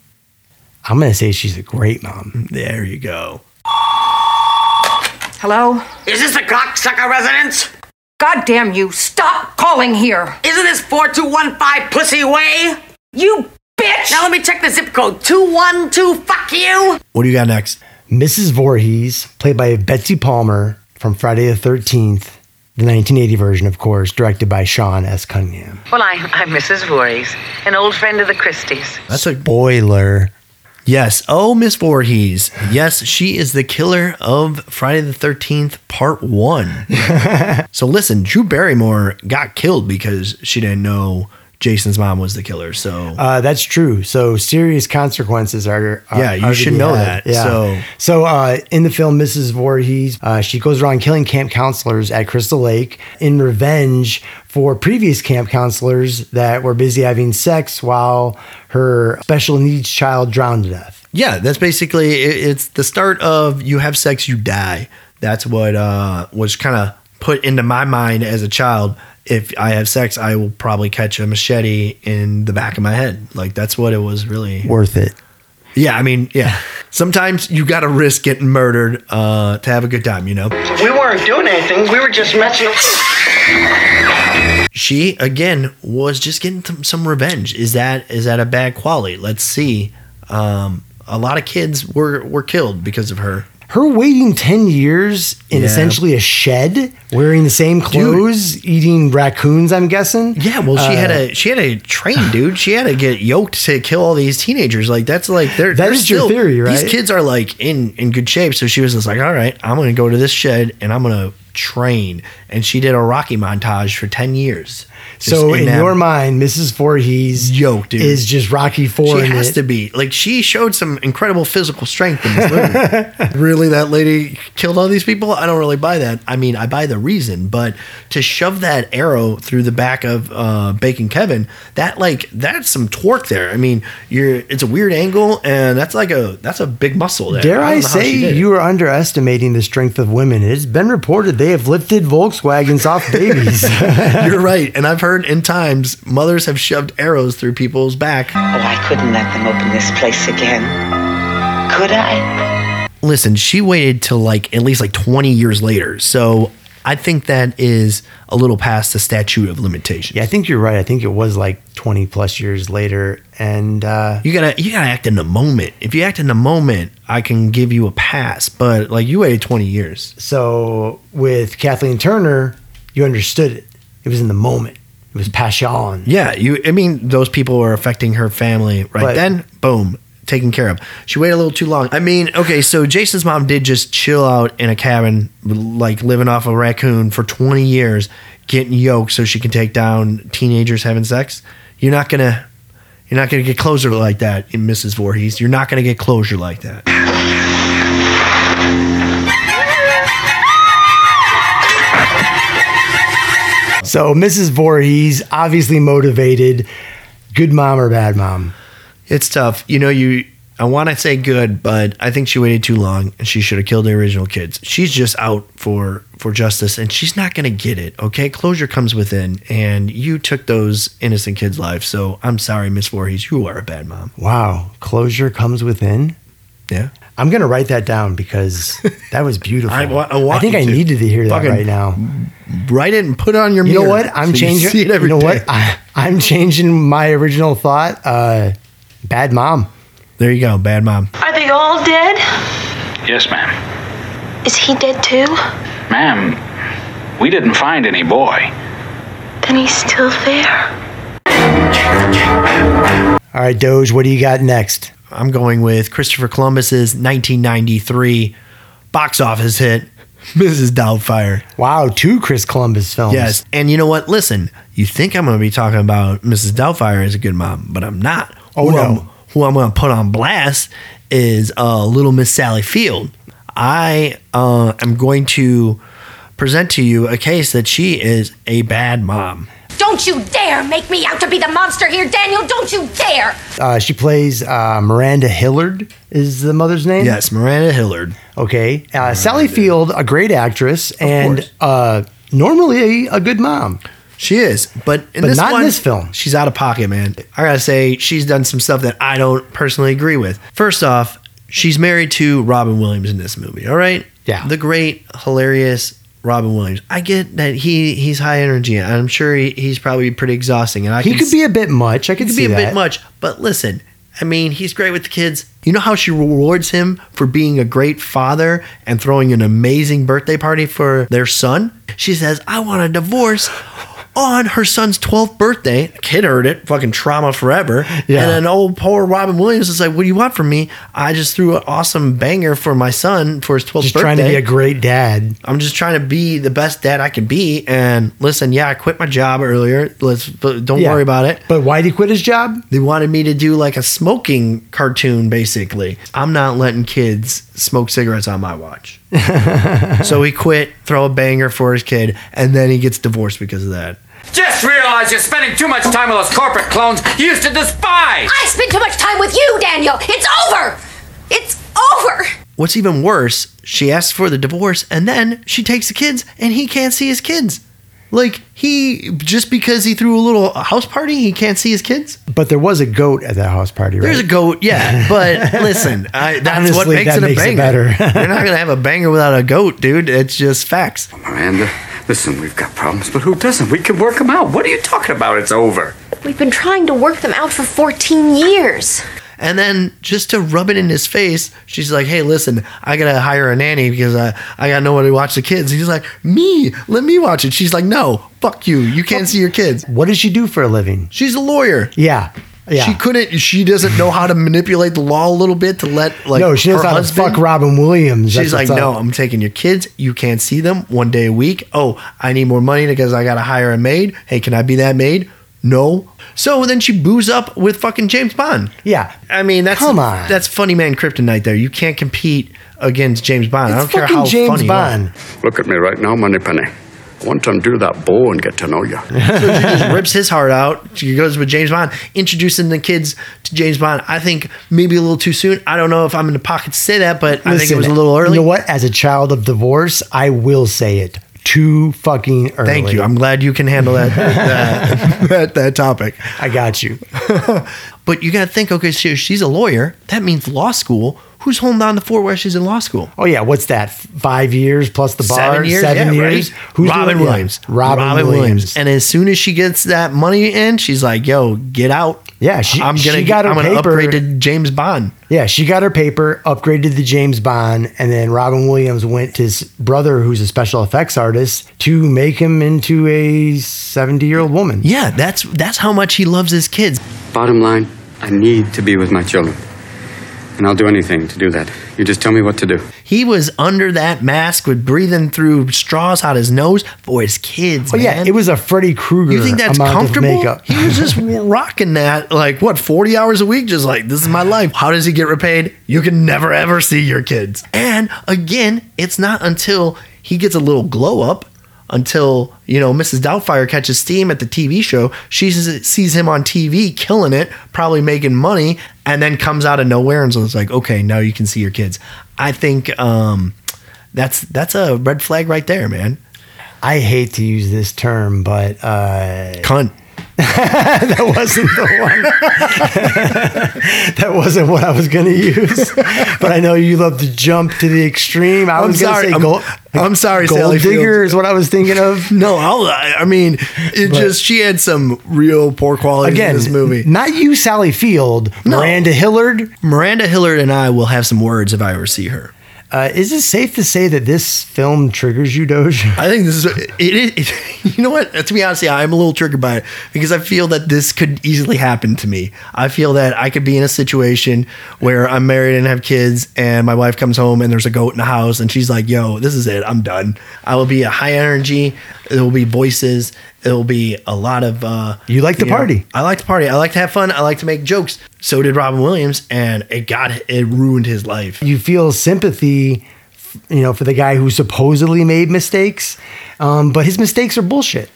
S2: I'm going to say she's a great mom.
S3: There you go.
S14: Hello?
S15: Is this the cocksucker residence?
S14: God damn you, stop calling here!
S15: Isn't this 4215 Pussy Way?
S14: You bitch!
S15: Now let me check the zip code 212 fuck you!
S3: What do you got next?
S2: Mrs. Voorhees, played by Betsy Palmer from Friday the 13th, the 1980 version, of course, directed by Sean S. Cunningham.
S16: Well, I, I'm Mrs. Voorhees, an old friend of the Christies.
S3: That's a
S2: boiler.
S3: Yes. Oh, Miss Voorhees. Yes, she is the killer of Friday the 13th, part [LAUGHS] one. so listen, Drew Barrymore got killed because she didn't know Jason's mom was the killer. So
S2: Uh, that's true. So serious consequences are. are
S3: Yeah, you
S2: are to
S3: should
S2: be
S3: know
S2: had.
S3: that. So-
S2: so uh, in the film, Mrs. Voorhees, uh, she goes around killing camp counselors at Crystal Lake in revenge for previous camp counselors that were busy having sex while her special needs child drowned to death.
S3: yeah, that's basically it, it's the start of you have sex, you die. That's what uh, was kind of put into my mind as a child. If I have sex, I will probably catch a machete in the back of my head. Like that's what it was really.
S2: Worth it.
S3: Yeah, I mean, yeah. Sometimes you gotta risk getting murdered uh, to have a good time, you know.
S17: We weren't doing anything. We were just messing.
S3: She again was just getting th- some revenge. Is that is that a bad quality? Let's see. Um, a lot of kids were were killed because of her.
S2: Her waiting ten years in
S3: Yeah.
S2: essentially a shed, wearing the same clothes, eating raccoons. I'm guessing.
S3: Yeah, well, she had a she had a [LAUGHS] train, dude. She had to get yoked to kill all these teenagers. Like that's like they're
S2: That
S3: they're
S2: is your
S3: still-
S2: theory, right?
S3: These kids are like in in good shape, so she was just like, all right, I'm gonna go to this shed and I'm gonna train. And she did a Rocky montage for ten years. Just
S2: So in
S3: that
S2: your mind, Mrs. Voorhees
S3: Yo, dude.
S2: is just Rocky Four.
S3: She
S2: in
S3: has
S2: it.
S3: to be. Like she showed some incredible physical strength in this movie. [LAUGHS] really, that lady killed all these people? I don't really buy that. I mean, I buy the reason, but to shove that arrow through the back of uh, Bacon Kevin, that like that's some torque there. I mean, you're it's a weird angle, and that's like a that's a big muscle there.
S2: Dare I,
S3: don't know how she
S2: say
S3: did it. [LAUGHS]
S2: you are underestimating the strength of women? It has been reported they have lifted Volkswagens
S3: [LAUGHS]
S2: off babies.
S3: You're right, and I've heard in times mothers have shoved arrows through people's back. Oh, I couldn't let them open this place again.
S16: Could I?
S3: listen, she waited till like at least like 20 years later. So I think that is a little past the statute of limitations.
S2: yeah, I think you're right. I think it was like 20 plus years later. And uh,
S3: You gotta you gotta act in the moment. If you act in the moment, I can give you a pass. But like you waited 20 years.
S2: so with Kathleen Turner, you understood it. It was in the moment, it was passion.
S3: Yeah, you I mean those people were affecting her family right
S2: But-
S3: then, boom, taken care of. She waited a little too long. I mean, okay, so Jason's mom did just chill out in a cabin like living off a raccoon for 20 years, getting yoked so she can take down teenagers having sex. You're not going to you're not going to get closure like that in Mrs. Voorhees. You're not going to get closure like that.
S2: So Mrs. Voorhees, obviously motivated. Good mom or bad mom?
S3: It's tough. You know, you I want to say good, but I think she waited too long and she should have killed the original kids. She's just out for for justice and she's not going to get it, okay? Closure comes within and you took those innocent kids' lives. So I'm sorry, Miss Voorhees, you are a bad mom.
S2: Wow. Closure comes within.
S3: Yeah.
S2: I'm going to write that down
S3: [LAUGHS]
S2: because that was beautiful.
S3: I wa- I want
S2: think
S3: you
S2: I
S3: to.
S2: needed to hear that
S3: Fucking
S2: right now.
S3: Write it and put it on your
S2: You know
S3: mirror
S2: what? I'm
S3: so
S2: changing.
S3: You, see it every
S2: you know
S3: day.
S2: what? I, I'm changing my original thought. Uh, bad mom.
S3: There you go. Bad mom.
S18: Are they all dead?
S19: Yes, ma'am.
S18: Is he dead too?
S19: Ma'am, we didn't find any boy.
S18: Then he's still there.
S2: All right, Doge. What do you got next?
S3: I'm going with Christopher Columbus's 1993 box office hit, Mrs. Doubtfire.
S2: Wow, two Chris Columbus films.
S3: Yes. And you know what? Listen, you think I'm going to be talking about Mrs. Doubtfire as a good mom, but I'm not.
S2: Oh,
S3: who
S2: no.
S3: I'm, who I'm going to put on blast is uh, Little Miss Sally Field. I uh, am going to present to you a case that she is a bad mom.
S20: Don't you dare make me out to be the monster here, Daniel! Don't you dare!
S2: Uh, she plays uh, Miranda Hillard. Is the mother's name?
S3: Yes, Miranda Hillard.
S2: Okay. Uh, Sally Field, a great actress, and uh, normally a good mom.
S3: She is, but in
S2: But
S3: this
S2: not in
S3: one,
S2: this film.
S3: she's out of pocket, man. I gotta say, she's done some stuff that I don't personally agree with. First off, she's married to Robin Williams in this movie. All right,
S2: Yeah.
S3: the great, hilarious Robin Williams. I get that he he's high energy. and I'm sure he, he's probably pretty exhausting, and I
S2: He
S3: can
S2: could
S3: s-
S2: be a bit much. I
S3: he
S2: could
S3: could
S2: see
S3: be a
S2: that.
S3: bit much. But listen, I mean, he's great with the kids. You know how she rewards him for being a great father and throwing an amazing birthday party for their son? She says, I want a divorce on her son's 12th birthday. Kid heard it, fucking trauma forever.
S2: Yeah.
S3: And then old poor Robin Williams is like, What do you want from me? I just threw an awesome banger for my son for his 12th
S2: Just
S3: birthday.
S2: trying to be a great dad.
S3: I'm just trying to be the best dad I can be. And listen, yeah, I quit my job earlier. Let's but don't
S2: Yeah.
S3: worry about it.
S2: But why did he quit his job?
S3: They wanted me to do like a smoking cartoon, basically. I'm not letting kids smoke cigarettes on my watch. so he quit, throw a banger for his kid, and then he gets divorced because of that.
S21: Just realize you're spending too much time with those corporate clones you used to despise!
S20: I spend too much time with you, Daniel! It's over! It's over!
S3: What's even worse, she asks for the divorce, and then she takes the kids, and he can't see his kids. Like, he, just because he threw a little house party, he can't see his kids?
S2: But there was a goat at that house party, right?
S3: There's a goat,
S2: [LAUGHS]
S3: yeah. But listen, I, that's what
S2: Honestly,
S3: makes
S2: that
S3: it a
S2: makes it
S3: banger.
S2: better.
S3: [LAUGHS] You're not gonna have a banger without a goat, dude. It's just facts.
S19: Miranda, listen, we've got problems, but who doesn't? We can work them out. What are you talking about? It's over.
S20: We've been trying to work them out for 14 years.
S3: And then just to rub it in his face, she's like, "Hey, listen, I gotta hire a nanny because I I got nobody to watch the kids." He's like, "Me, let me watch it." She's like, "No, fuck you. You can't see your kids."
S2: What does she do for a living?
S3: She's a lawyer.
S2: Yeah. Yeah.
S3: She couldn't. She doesn't know how to manipulate the law a little bit to let like.
S2: no, she knows
S3: her
S2: how
S3: husband-
S2: to fuck Robin Williams. That's
S3: She's like,
S2: what's
S3: no,
S2: up.
S3: I'm taking your kids. You can't see them one day a week. Oh, I need more money because I got to hire a maid. Hey, can I be that maid? No. So then she boos up with fucking James Bond.
S2: Yeah.
S3: I mean, that's
S2: Come on.
S3: that's funny man kryptonite there. You can't compete against James Bond. I
S2: It's
S3: don't care
S2: fucking
S3: how
S2: James
S3: funny you are.
S2: Bond.
S22: Look at me right now, Moneypenny. Once I'm through that bow and get to know you.
S2: [LAUGHS]
S3: So she just rips his heart out. She goes with James Bond, introducing the kids to James Bond. I think maybe a little too soon. I don't know if I'm in the pocket to say that, but I think it was a little early.
S2: You know what? As a child of divorce, I will say it. Too fucking early.
S3: Thank you. I'm glad you can handle
S2: [LAUGHS]
S3: that that, that, that topic.
S2: I got you.
S3: [LAUGHS] But you got to think, okay, so she's a lawyer. That means law school. Who's holding down the fort while she's in law school?
S2: Oh yeah, what's that? F- Five years plus the bar.
S3: Seven years.
S2: Seven
S3: yeah,
S2: years?
S3: Right?
S2: Who's
S3: Robin
S2: doing it?
S3: Williams.
S2: Robin, Williams.
S3: And as soon as she gets that money in, she's like, "Yo, get out."
S2: Yeah, she-
S3: I'm
S2: she
S3: gonna.
S2: got her
S3: I'm gonna
S2: paper.
S3: upgrade to James Bond.
S2: Yeah, she got her paper, upgraded to James Bond, and then Robin Williams went to his brother, who's a special effects artist, to make him into a 70 year old woman.
S3: Yeah, that's that's how much he loves his kids.
S23: Bottom line, I need to be with my children. And I'll do anything to do that. You just tell me what to do.
S3: He was under that mask with breathing through straws out his nose for his kids.
S2: Oh, yeah,
S3: man.
S2: it was a Freddy Krueger.
S3: You think that's
S2: amount of
S3: comfortable?
S2: makeup.
S3: He
S2: [LAUGHS]
S3: was just rocking that, like, what, 40 hours a week? Just like, this is my life. How does he get repaid? You can never, ever see your kids. And again, it's not until he gets a little glow up until, you know, Mrs. Doubtfire catches steam at the TV show. She sees sees him on TV killing it, probably making money, and then comes out of nowhere and so it's like, okay, now you can see your kids. I think um, that's that's a red flag right there, man.
S2: I hate to use this term, but uh,
S3: cunt.
S2: [LAUGHS] that wasn't the one. that wasn't what I was going to [LAUGHS] use. But I know you love to jump to the extreme. I
S3: I'm
S2: was going
S3: sorry,
S2: to say
S3: I'm-
S2: gold.
S3: I'm sorry,
S2: gold
S3: Sally
S2: digger
S3: Fields.
S2: is what I was thinking of.
S3: No, I'll, I I mean, it
S2: But-
S3: just she had some real poor qualities
S2: Again,
S3: in [LAUGHS] this movie.
S2: Not you, Sally Field. Miranda Hillard.
S3: Miranda Hillard and I will have some words if I ever see her.
S2: Uh, is it safe to say that this film triggers you, Doge? [LAUGHS]
S3: I think this is it, it, [LAUGHS] You know what? To be honest, yeah, I'm a little triggered by it because I feel that this could easily happen to me. I feel that I could be in a situation where I'm married and have kids, and my wife comes home and there's a goat in the house, and she's like, "Yo, this is it. I'm done." I will be a high energy. There will be voices. There will be a lot of. Uh,
S2: You like to
S3: know,
S2: party.
S3: I like to party. I like to have fun. I like to make jokes. So did Robin Williams, and it got it ruined his life.
S2: You feel sympathy, you know, for the guy who supposedly made mistakes, um, but his mistakes are bullshit.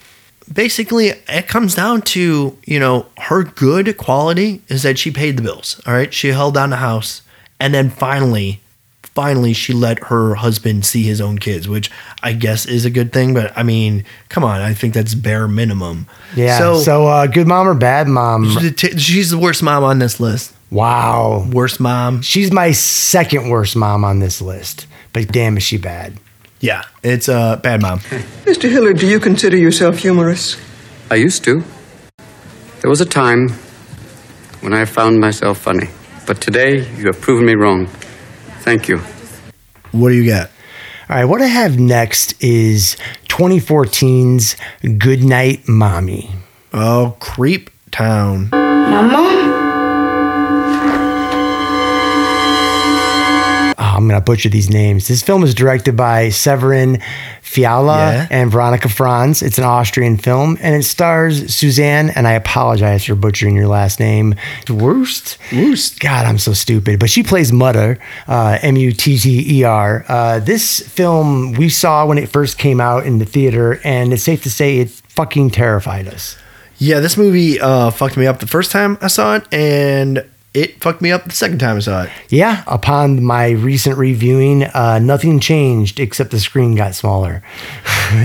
S3: basically it comes down to you know her good quality is that she paid the bills all right she held down the house and then finally finally she let her husband see his own kids which i guess is a good thing but i mean come on i think that's bare minimum
S2: Yeah. So, uh, good mom or bad mom?
S3: she's the worst mom on this list
S2: Wow.
S3: worst mom
S2: She's my second worst mom on this list, but damn, is she bad.
S3: yeah it's a uh, bad mom
S17: Mr. Hillard, do you consider yourself humorous?
S23: I used to. There was a time when I found myself funny. But today, you have proven me wrong. Thank you.
S3: what do you got
S2: All right, what I have next is 2014's Goodnight Mommy.
S3: oh creep town
S2: Oh, I'm going to butcher these names. This film is directed by Severin Fiala
S3: Yeah.
S2: and Veronica Franz. It's an Austrian film and it stars Suzanne, and I apologize for butchering your last name. Wurst?
S3: Wurst.
S2: God, I'm so stupid. But she plays Mutter, uh, M U T T E R. Uh, this film we saw when it first came out in the theater, and it's safe to say it fucking terrified us.
S3: Yeah, this movie uh, fucked me up the first time I saw it, and it fucked me up the second time I saw it.
S2: Yeah, upon my recent reviewing, uh, nothing changed except the screen got smaller.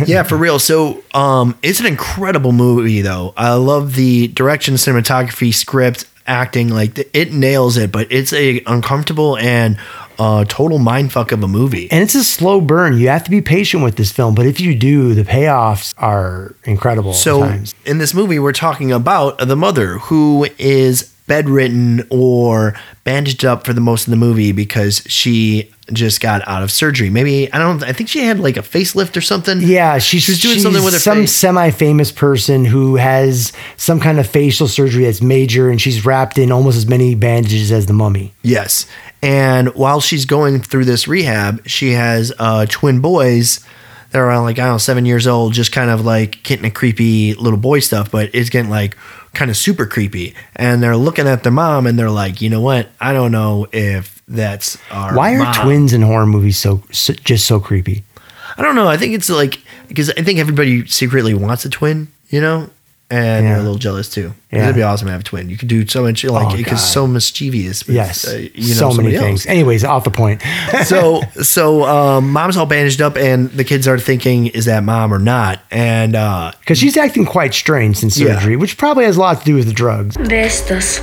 S3: yeah, for real. So, um, it's an incredible movie, though. I love the direction, cinematography, script, acting. Like th- it nails it, but it's a uncomfortable and uh, total mindfuck of a movie.
S2: And it's a slow burn. You have to be patient with this film, but if you do, the payoffs are incredible.
S3: So
S2: at times.
S3: in this movie, we're talking about the mother who is bedridden or bandaged up for the most of the movie because she just got out of surgery. Maybe I don't. I think she had like a facelift or something.
S2: Yeah, she's,
S3: she was doing
S2: she's
S3: something with her
S2: some
S3: face.
S2: semi-famous person who has some kind of facial surgery that's major, and she's wrapped in almost as many bandages as the mummy.
S3: Yes, and while she's going through this rehab, she has uh, twin boys. that are around like I don't know seven years old, just kind of like getting a creepy little boy stuff, but it's getting like kind of super creepy. And they're looking at their mom, and they're like, you know what? I don't know if that's our
S2: Why are
S3: mom."
S2: twins in horror movies so, so just so creepy?
S3: I don't know. I think it's like because I think everybody secretly wants a twin, you know, and they're
S2: Yeah.
S3: a little jealous too.
S2: Yeah.
S3: It'd be awesome to have a twin. You could do so much, like
S2: Oh,
S3: it
S2: God.
S3: is so mischievous. With,
S2: Yes,
S3: uh, you know,
S2: so many
S3: somebody else.
S2: things. Anyways, off the point. [LAUGHS]
S3: so so um, mom's all bandaged up and the kids are thinking is that mom or not and uh
S2: Because she's acting quite strange since
S3: Yeah.
S2: surgery, which probably has a lot to do with the drugs.
S1: Wer ist das?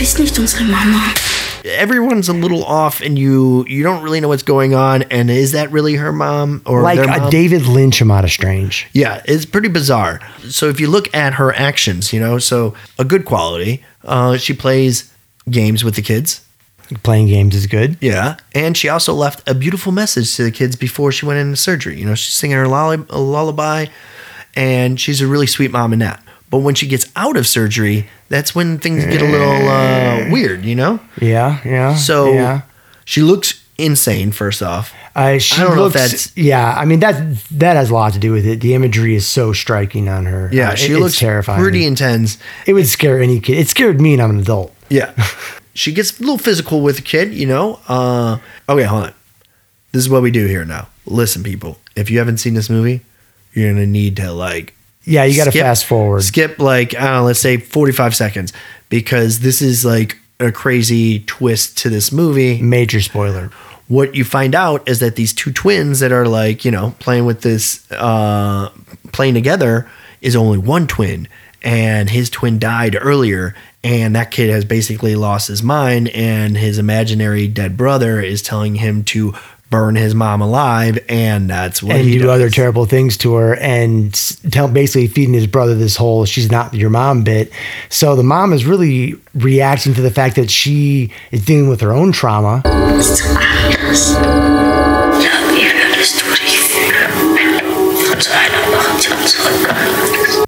S1: Du bist nicht unsere Mama.
S3: everyone's a little off and you you don't really know what's going on and is that really her mom or
S2: like
S3: their
S2: a
S3: mom?
S2: David Lynch amount of strange.
S3: yeah it's pretty bizarre so if you look at her actions you know so a good quality uh she plays games with the kids
S2: Playing games is good.
S3: yeah and she also left a beautiful message to the kids before she went into surgery you know she's singing her lolli- a lullaby and she's a really sweet mom and that but when she gets out of surgery that's when things get a little uh, weird you know
S2: Yeah, yeah.
S3: So
S2: Eh. Uh, yeah.
S3: she looks insane. First off,
S2: Uh, she
S3: I don't know if
S2: looks,
S3: that's-
S2: yeah. I mean that that has a lot to do with it. The imagery is so striking on her.
S3: yeah,
S2: Uh,
S3: she
S2: it- it's
S3: looks
S2: terrifying.
S3: pretty intense.
S2: it would scare any kid. It scared me, and I'm an adult. [LAUGHS]
S3: Yeah, she gets a little physical with the kid. You know. Uh, okay, hold on. This is what we do here now. Listen, people, if you haven't seen this movie, you're gonna need to like
S2: Yeah, you got to
S3: skip-
S2: fast forward.
S3: Skip like I don't know, let's say 45 seconds because this is like a crazy twist to this movie.
S2: Major spoiler.
S3: What you find out is that these two twins that are like, you know, playing with this uh playing together is only one twin and his twin died earlier and that kid has basically lost his mind and his imaginary dead brother is telling him to burn his mom alive and that's what
S2: and
S3: he
S2: do
S3: does.
S2: other terrible things to her and s- tell basically feeding his brother this whole she's not your mom bit so the mom is really reacting to the fact that she is dealing with her own trauma Uh,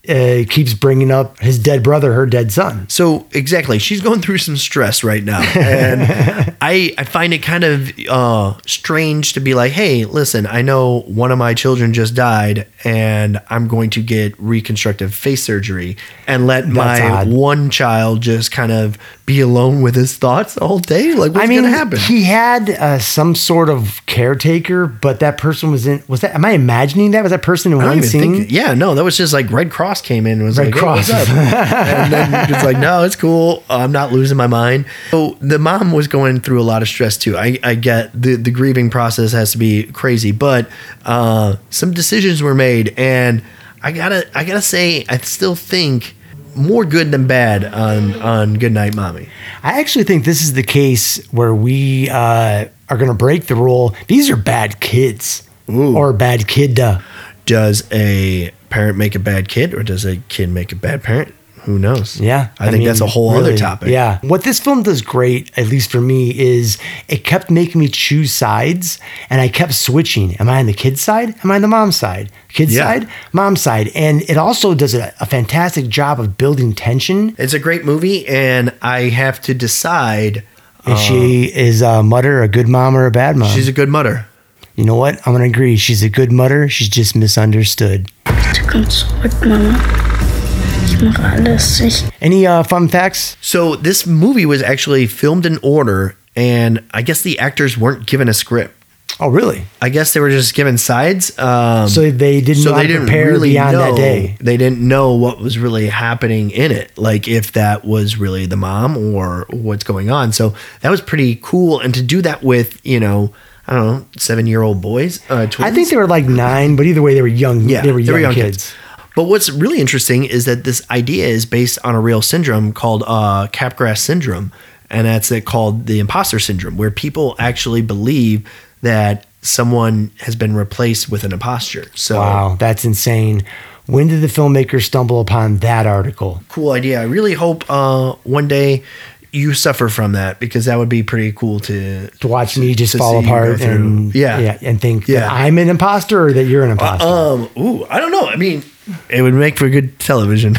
S2: uh, keeps bringing up his dead brother her dead son
S3: So exactly, she's going through some stress right now,
S2: [LAUGHS]
S3: and I I find it kind of uh, strange to be like, hey, listen, I know one of my children just died, and I'm going to get reconstructive face surgery, and let my
S2: odd.
S3: one child just kind of be alone with his thoughts all day. Like, what's
S2: I mean,
S3: gonna happen?
S2: he had uh, some sort of caretaker, but that person was in. Was that? Am I imagining that? Was that person in
S3: I don't
S2: one
S3: even
S2: scene?
S3: think. Yeah, no, that was just like Red Cross came in and was
S2: Red
S3: like, "Hey, what's
S2: Cross.
S3: up?" and then it's like, no, it's cool. I'm not losing my mind. So the mom was going through a lot of stress too. I, I get the the grieving process has to be crazy, but uh, some decisions were made, and I gotta I gotta say, I still think more good than bad on on Goodnight Mommy.
S2: I actually think this is the case where we uh, are going to break the rule. These are bad kids or bad kid.
S3: Does a parent make a bad kid, or does a kid make a bad parent? Who knows?
S2: Yeah.
S3: I, think that's a
S2: mean,
S3: whole other
S2: really,
S3: topic.
S2: Yeah. What this film does great, at least for me, is it kept making me choose sides and I kept switching. Am I on the kid's side? Am I on the mom's side? Kid's
S3: Yeah.
S2: side? Mom's side. And it also does a, a fantastic job of building tension.
S3: It's a great movie, and I have to decide.
S2: Is she is a mutter a good mom or a bad mom?
S3: Oh. She's a good mother.
S2: you know what? I'm going to agree. She's a good mutter. She's just misunderstood.
S1: Bitte komm zurück, Mama. Ich mache alles. Ich
S2: Any uh, fun facts?
S3: So this movie was actually filmed in order, and I guess the actors weren't given a script.
S2: Oh, really?
S3: I guess they were just given sides. Um,
S2: So they didn't know how to prepare beyond that day.
S3: They didn't know what was really happening in it, like if that was really the mom or what's going on. So that was pretty cool, and to do that with you know. I don't know, seven year old boys. Uh, twins?
S2: I think they were like nine, but either way, they were young.
S3: Yeah,
S2: they were young, kids.
S3: But what's really interesting is that this idea is based on a real syndrome called uh, Capgras syndrome, and that's it called the imposter syndrome, where people actually believe that someone has been replaced with an imposter. So
S2: Wow, that's insane. When did the filmmaker stumble upon that article?
S3: cool idea. I really hope uh, one day you suffer from that because that would be pretty cool to
S2: To watch me just
S3: To see
S2: fall
S3: you go
S2: apart
S3: through.
S2: and
S3: Yeah.
S2: and think
S3: Yeah.
S2: that I'm an imposter or that you're an imposter.
S3: um. Ooh, I don't know. I mean, it would make for good television.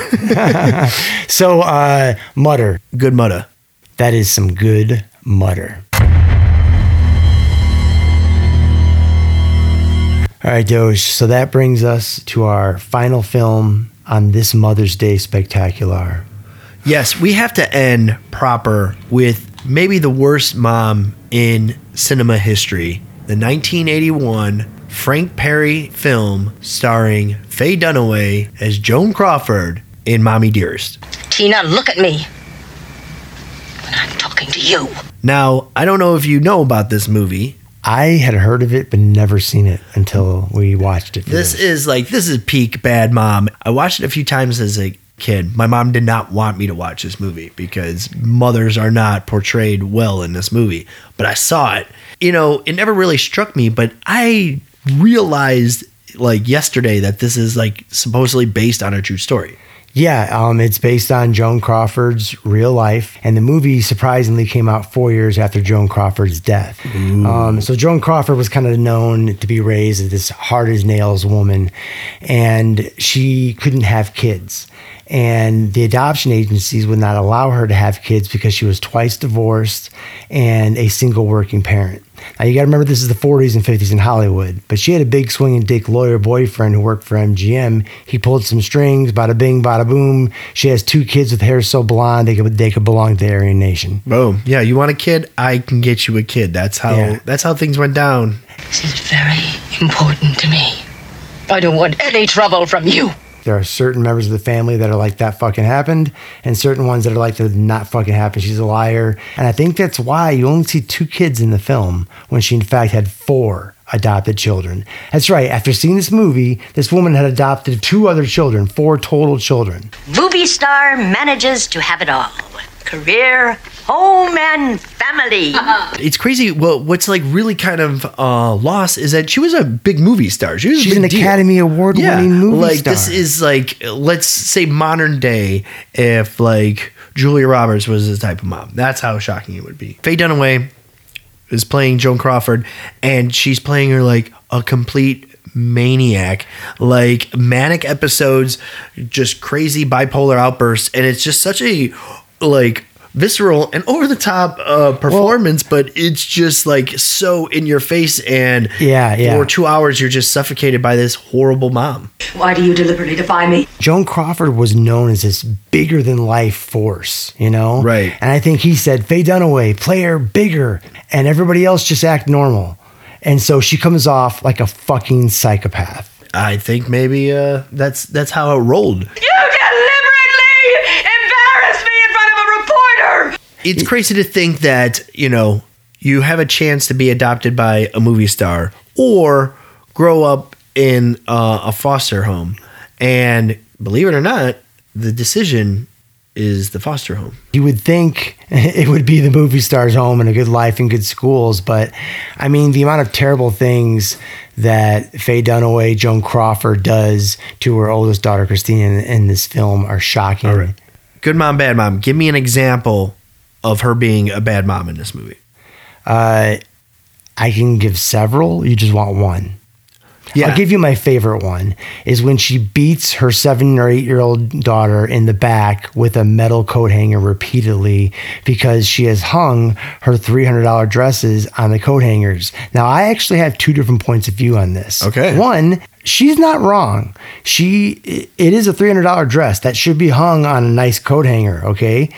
S3: [LAUGHS]
S2: so, uh, mutter.
S3: good mutta.
S2: That is some good mutter. All right, Doge. So that brings us to our final film on this Mother's Day spectacular.
S3: Yes, we have to end proper with maybe the worst mom in cinema history the 1981 Frank Perry film starring Faye Dunaway as Joan Crawford in Mommy Dearest.
S6: Tina, look at me. When I'm talking to you.
S3: Now, I don't know if you know about this movie.
S2: I had heard of it, but never seen it until we watched it. for
S3: This is like, this is peak bad mom. I watched it a few times as a kid. My mom did not want me to watch this movie because mothers are not portrayed well in this movie. But I saw it. You know, it never really struck me, but I realized like yesterday that this is like supposedly based on a true story.
S2: Yeah, um, it's based on Joan Crawford's real life, and the movie surprisingly came out four years after Joan Crawford's death. Um, so Joan Crawford was kind of known to be raised as this hard as nails woman, and she couldn't have kids. and the adoption agencies would not allow her to have kids because she was twice divorced and a single working parent. Now you got to remember this is the 40s and 50s in Hollywood, but she had a big swinging dick lawyer boyfriend who worked for MGM. He pulled some strings, bada bing, bada boom. She has two kids with hair so blonde they could they could belong to the Aryan Nation.
S3: Boom. Yeah, you want a kid? I can get you a kid. That's how
S2: Yeah.
S3: that's how things went down.
S6: This is very important to me. I don't want any trouble from you.
S2: There are certain members of the family that are like that fucking happened, and certain ones that are like that did not fucking happen. She's a liar, and I think that's why you only see two kids in the film when she in fact had four adopted children. That's right. After seeing this movie, this woman had adopted two other children, four total children.
S8: Movie star manages to have it all career, home, and family.
S3: It's crazy. Well, what's like really kind of uh, lost is that she was a big movie star. She was a
S2: She's
S3: big
S2: an
S3: deal.
S2: Academy Award winning movie
S3: like
S2: star.
S3: this is like let's say modern day if like Julia Roberts was this type of mom. That's how shocking it would be. Faye Dunaway is playing Joan Crawford and she's playing her like a complete maniac like manic episodes just crazy bipolar outbursts and it's just such a like visceral and over the top uh performance but it's just like so in your face and
S2: Yeah, yeah.
S3: for two hours you're just suffocated by this horrible mom
S8: Why do you deliberately defy me?
S2: Joan Crawford was known as this bigger than life force, you know?
S3: Right.
S2: And I think he said, Faye Dunaway, play her bigger, and everybody else just act normal. And so she comes off like a fucking psychopath.
S3: I think maybe uh, that's that's how it rolled.
S5: You deliberately embarrassed me in front of a reporter!
S3: It's crazy to think that you know you have a chance to be adopted by a movie star or grow up in uh, a foster home, and believe it or not, the decision is the foster home.
S2: You would think [LAUGHS] it would be the movie star's home and a good life and good schools, but I mean, the amount of terrible things that Faye Dunaway, Joan Crawford does to her oldest daughter, Christina, in, in this film are shocking.
S3: All right. Good mom, bad mom. Give me an example of her being a bad mom in this movie.
S2: Uh, I can give several. You just want one.
S3: Yeah.
S2: I'll give you my favorite one is when she beats her seven or eight year old daughter in the back with a metal coat hanger repeatedly because she has hung her $300 dresses on the coat hangers. Now, I actually have two different points of view on this.
S3: Okay.
S2: One, she's not wrong. She, it is a $300 dress that should be hung on a nice coat hanger. Okay.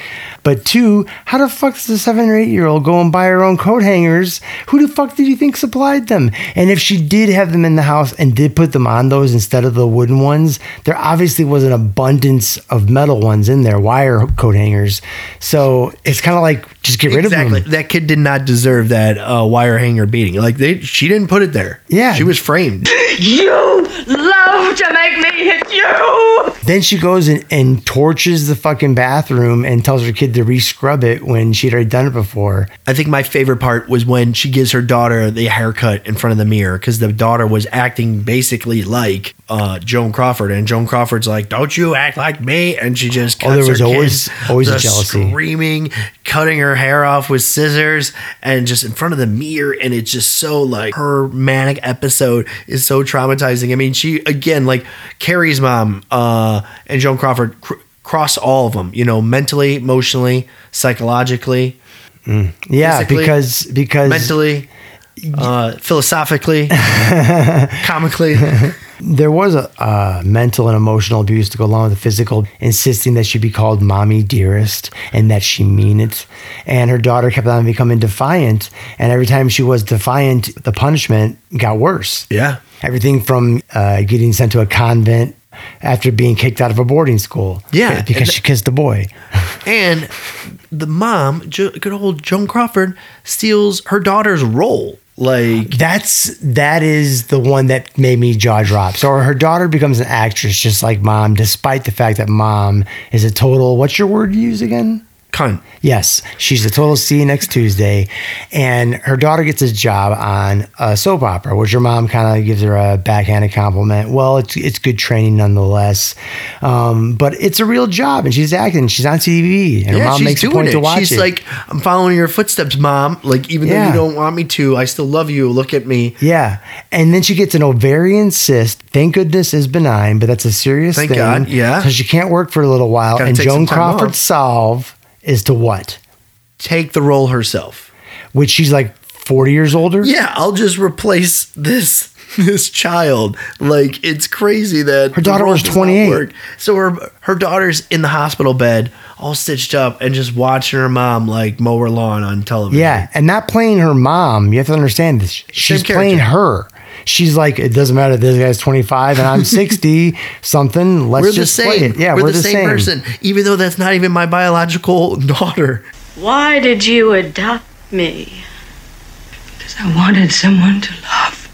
S2: But two, how the fuck does a seven or eight year old go and buy her own coat hangers? Who the fuck did you think supplied them? And if she did have them in the house and did put them on those instead of the wooden ones, there obviously was an abundance of metal ones in there, wire coat hangers. So it's kind of like just get rid of them.
S3: Exactly. That kid did not deserve that uh, wire hanger beating. Like they, she didn't put it there.
S2: Yeah.
S3: she was framed.
S5: You love to make me hit you!
S2: Then she goes and, and torches the fucking bathroom and tells her kid to rescrub it when she'd already done it before.
S3: I think my favorite part was when she gives her daughter the haircut in front of the mirror because the daughter was acting basically like uh, Joan Crawford, and Joan Crawford's like, "Don't you act like me?" And she just
S2: Oh, there
S3: cuts
S2: was
S3: her
S2: always-
S3: kid
S2: always a
S3: the
S2: jealousy.
S3: screaming, cutting her hair off with scissors, and just in front of the mirror, and it's just so like her manic episode is so traumatizing. I mean, she again like Carrie's mom uh, and Joan Crawford cr- cross all of them, you know, mentally, emotionally, psychologically.
S2: Yeah,
S3: Physically,
S2: because because
S3: mentally, uh,
S2: [LAUGHS]
S3: philosophically, comically.
S2: there was a uh, mental and emotional abuse to go along with the physical, insisting that she be called mommy dearest and that she mean it. And her daughter kept on becoming defiant, and every time she was defiant, the punishment got worse.
S3: Yeah.
S2: everything from uh, getting sent to a convent after being kicked out of a boarding school.
S3: Yeah,
S2: because
S3: and-
S2: she kissed a boy.
S3: And the mom, jo- good old Joan Crawford, steals her daughter's role. Like
S2: That's that is the one that made me jaw drop. So her daughter becomes an actress just like mom, despite the fact that mom is a total what's your word you use again?
S3: cunt.
S2: Yes, she's the total C next Tuesday, and her daughter gets a job on a soap opera, which her mom kind of gives her a backhanded compliment. Well, it's it's good training nonetheless, um, but it's a real job, and she's acting. She's on TV, and her mom makes a point to watch
S3: She's
S2: it.
S3: like, I'm following your footsteps, mom. Like, even though
S2: Yeah.
S3: you don't want me to, I still love you. Look at me.
S2: yeah, and then she gets an ovarian cyst. Thank goodness is benign, but that's a serious
S3: Thank
S2: thing.
S3: God, yeah.
S2: so she can't work for a little while.
S3: Gotta
S2: and
S3: take
S2: Joan
S3: some time
S2: Crawford's
S3: off.
S2: solve is to what?
S3: Take the role herself.
S2: Which she's like forty years older.
S3: [LAUGHS] Yeah, I'll just replace this [LAUGHS] this child. Like, it's crazy that her
S2: daughter was 28.
S3: So her her daughter's in the hospital bed, all stitched up, and just watching her mom like mow her lawn on television.
S2: Yeah, and not playing her mom. You have to understand this. She's
S3: character.
S2: playing her. She's like, it doesn't matter. This guy's twenty five and I'm sixty [LAUGHS] something. Let's
S3: we're the
S2: just play
S3: same.
S2: it. Yeah, we're, the, same,
S3: person, even though that's not even my biological [LAUGHS] daughter.
S9: Why did you adopt me?
S6: Because I wanted someone to love.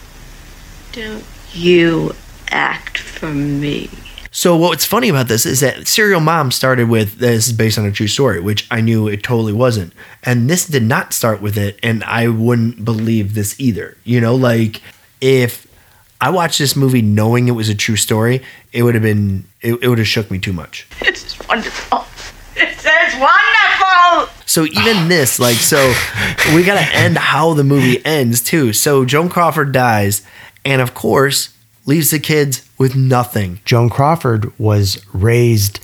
S9: Don't you act for me.
S3: So what's funny about this is that Serial Mom started with this is based on a true story, which I knew it totally wasn't. And this did not start with it, and I wouldn't believe this either. You know, like if I watched this movie knowing it was a true story, it would have been it, it would have shook me too much.
S6: It's
S5: oh,
S6: wonderful. This is wonderful.
S3: So even this, like, so we gotta end how the movie ends too. So Joan Crawford dies, and of course leaves the kids with nothing.
S2: Joan Crawford was raised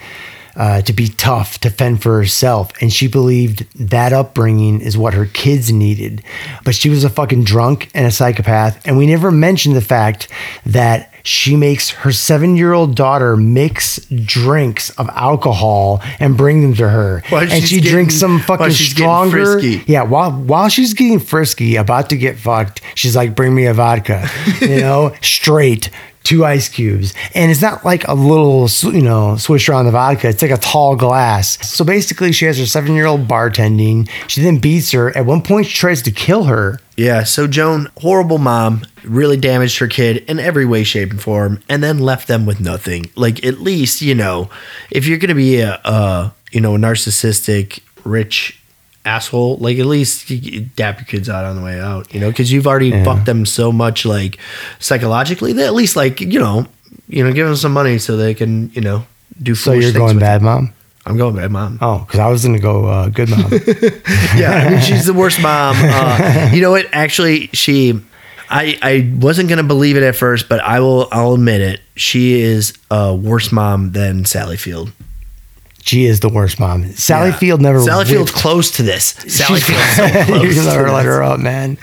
S2: uh, to be tough, to fend for herself, and she believed that upbringing is what her kids needed. But she was a fucking drunk and a psychopath, and we never mentioned the fact that she makes her seven-year-old daughter mix drinks of alcohol and bring them to her,
S3: While
S2: and
S3: she's
S2: she
S3: getting-
S2: drinks some
S3: while
S2: fucking
S3: she's getting
S2: stronger.
S3: frisky.
S2: Yeah, while while she's getting frisky, about to get fucked, she's like, "Bring me a vodka,"
S3: [LAUGHS]
S2: you know, straight two ice cubes, and it's not like a little sw- you know swish around the vodka. It's like a tall glass. So basically, she has her seven year old bartending. She then beats her. At one point, she tries to kill her.
S3: Yeah, so Joan, horrible mom, really damaged her kid in every way, shape, and form, and then left them with nothing. Like, at least, you know, if you're going to be a, a, you know, a narcissistic, rich asshole, like, at least you- you dap your kids out on the way out, you know, because you've already fucked them so much, like, psychologically, that at least, like, you know, you know, give them some money so they can, you know, do
S2: So
S3: foolish
S2: you're
S3: things
S2: going
S3: with
S2: bad,
S3: it.
S2: mom.
S3: I'm going bad, mom.
S2: Oh, because I was gonna go uh, good,
S3: [LAUGHS]
S2: mom.
S3: yeah, I
S2: [LAUGHS]
S3: mean, she's the worst mom. Uh, you know what? Actually, she, I, I wasn't gonna believe it at first, but I will, I'll admit it. She is a worse mom than Sally Field.
S2: she is the worst mom. Sally
S3: Yeah.
S2: Field never.
S3: Sally Field's
S2: whipped
S3: close to this.
S2: [LAUGHS]
S3: Sally
S2: She's-
S3: Field's so
S2: you
S3: close. to
S2: never let
S3: this.
S2: her up, man.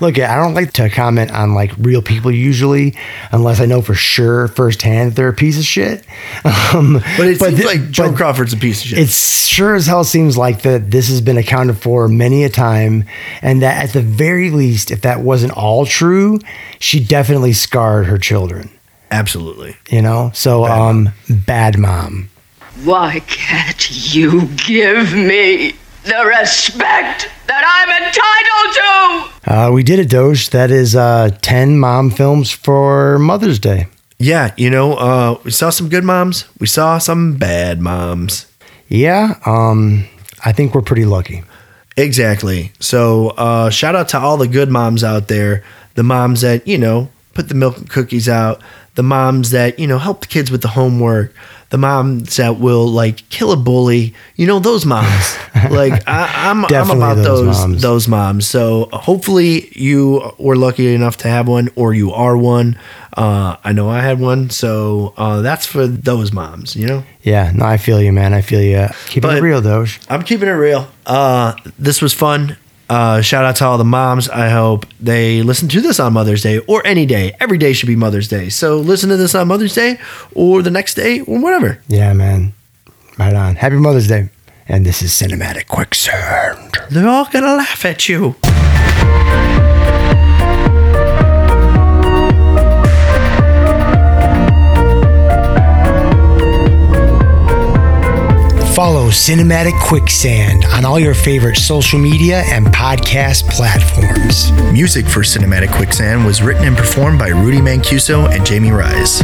S2: Look, I don't like to comment on like real people usually, unless I know for sure firsthand that they're a piece of shit. [LAUGHS] Um,
S3: But it seems
S2: thi-
S3: like Joan
S2: but
S3: Crawford's a piece of shit.
S2: It sure as hell seems like that this has been accounted for many a time, and that at the very least, if that wasn't all true, she definitely scarred her children.
S3: Absolutely.
S2: You know, so um, bad mom.
S9: Why can't you give me the respect that I'm entitled to?
S2: Uh, we did it, Doge. That is uh, ten mom films for Mother's Day.
S3: Yeah, you know, uh, we saw some good moms. We saw some bad moms.
S2: Yeah, um, I think we're pretty lucky.
S3: Exactly. So uh, shout out to all the good moms out there, the moms that you know put the milk and cookies out, the moms that you know help the kids with the homework, the moms that will like kill a bully. You know
S2: [LAUGHS]
S3: those moms. like I, I'm, I'm
S2: Definitely
S3: about
S2: those
S3: those those
S2: moms.
S3: moms. So hopefully you were lucky enough to have one, or you are one. Uh, I know I had one. So uh, that's for those moms. You know.
S2: Yeah, no, I feel you, man. I feel you. Keeping it
S3: But-
S2: real, Doge.
S3: I'm keeping it real. Uh, this was fun. Uh, shout out to all the moms. I hope they listen to this on Mother's Day or any day. Every day should be Mother's Day. So listen to this on Mother's Day or the next day or whatever.
S2: Yeah, man. Right on. Happy Mother's Day. And this is Cinematic Quicksand.
S3: They're all going to laugh at you.
S2: Follow Cinematic Quicksand on all your favorite social media and podcast platforms.
S3: Music for Cinematic Quicksand was written and performed by Rudy Mancuso and Jamie Rise.